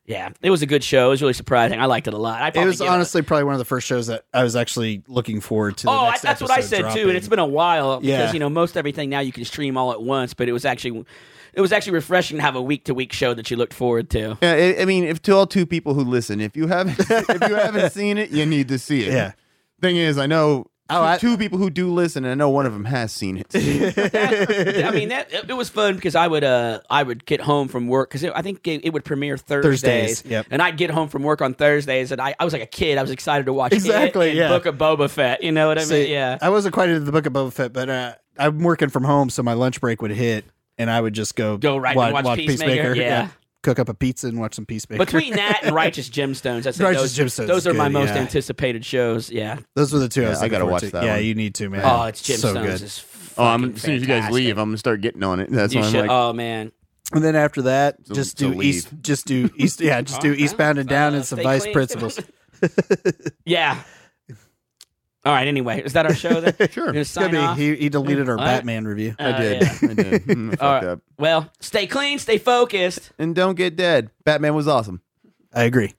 Speaker 3: Yeah, it was a good show. It was really surprising. I liked it a lot. I
Speaker 4: It
Speaker 3: probably
Speaker 4: was
Speaker 3: give it-
Speaker 4: honestly probably one of the first shows that I was actually looking forward to. The
Speaker 3: Oh, I,
Speaker 4: next
Speaker 3: that's what I
Speaker 4: episode
Speaker 3: said too,
Speaker 4: dropping.
Speaker 3: and it's been a while because
Speaker 4: Yeah.
Speaker 3: you know most everything now you can stream all at once. But it was actually, it was actually refreshing to have a week to week show that you looked forward to.
Speaker 2: Yeah, I- I mean, if to all two people who listen, if you haven't if you haven't seen it, you need to see it.
Speaker 4: Yeah.
Speaker 2: Thing is, I know
Speaker 4: Oh,
Speaker 2: two-
Speaker 4: I-
Speaker 2: two people who do listen, and I know one of them has seen it.
Speaker 3: I mean, that it, it was fun because I would, uh, I would get home from work because I think it, it would premiere Thursdays,
Speaker 4: Thursdays, yep.
Speaker 3: and I'd get home from work on Thursdays, and I, I was like a kid. I was excited to watch
Speaker 4: Exactly,
Speaker 3: It and
Speaker 4: yeah.
Speaker 3: Book of Boba Fett. You know what I mean?
Speaker 4: See,
Speaker 3: yeah.
Speaker 4: I wasn't quite into the book of Boba Fett, but uh, I'm working from home, so my lunch break would hit, and I would just go
Speaker 3: Go right and
Speaker 4: wa-
Speaker 3: watch Peacemaker, yeah.
Speaker 4: cook up a pizza and watch some Peacemaker.
Speaker 3: Between that and Righteous Gemstones, that's
Speaker 4: Righteous
Speaker 3: those,
Speaker 4: Gemstones
Speaker 3: Those
Speaker 4: is
Speaker 3: are my
Speaker 4: good,
Speaker 3: most
Speaker 4: yeah.
Speaker 3: anticipated shows. Yeah.
Speaker 4: Those were the two I
Speaker 2: Yeah,
Speaker 4: was.
Speaker 2: I
Speaker 4: looking
Speaker 2: gotta
Speaker 4: forward
Speaker 2: watch
Speaker 4: to.
Speaker 2: that
Speaker 4: Yeah,
Speaker 2: one.
Speaker 4: you need to, man.
Speaker 3: Oh, it's
Speaker 4: so
Speaker 3: Gemstones
Speaker 4: good.
Speaker 3: is
Speaker 2: Oh,
Speaker 3: fucking
Speaker 2: I'm, as soon as you guys
Speaker 3: fantastic.
Speaker 2: leave, I'm gonna start getting on it. That's
Speaker 3: you
Speaker 2: why I'm
Speaker 3: should.
Speaker 2: like,
Speaker 3: oh man,
Speaker 4: And then after that, just
Speaker 2: so
Speaker 4: do east. Just do east. Yeah, just do eastbound and down
Speaker 3: Uh,
Speaker 4: and some
Speaker 3: stay
Speaker 4: vice
Speaker 3: clean.
Speaker 4: principles.
Speaker 3: yeah. All right. Anyway, is that our show? Then
Speaker 2: Sure.
Speaker 3: Gonna
Speaker 4: Yeah,
Speaker 3: sign
Speaker 4: but
Speaker 3: off?
Speaker 4: he, he deleted our
Speaker 3: All right.
Speaker 4: Batman review.
Speaker 2: I
Speaker 3: Uh,
Speaker 2: did,
Speaker 3: yeah.
Speaker 2: I did, Mm, I fucked
Speaker 3: All right.
Speaker 2: up,
Speaker 3: Well, stay clean, stay focused.
Speaker 2: and don't get dead. Batman was awesome.
Speaker 4: I agree.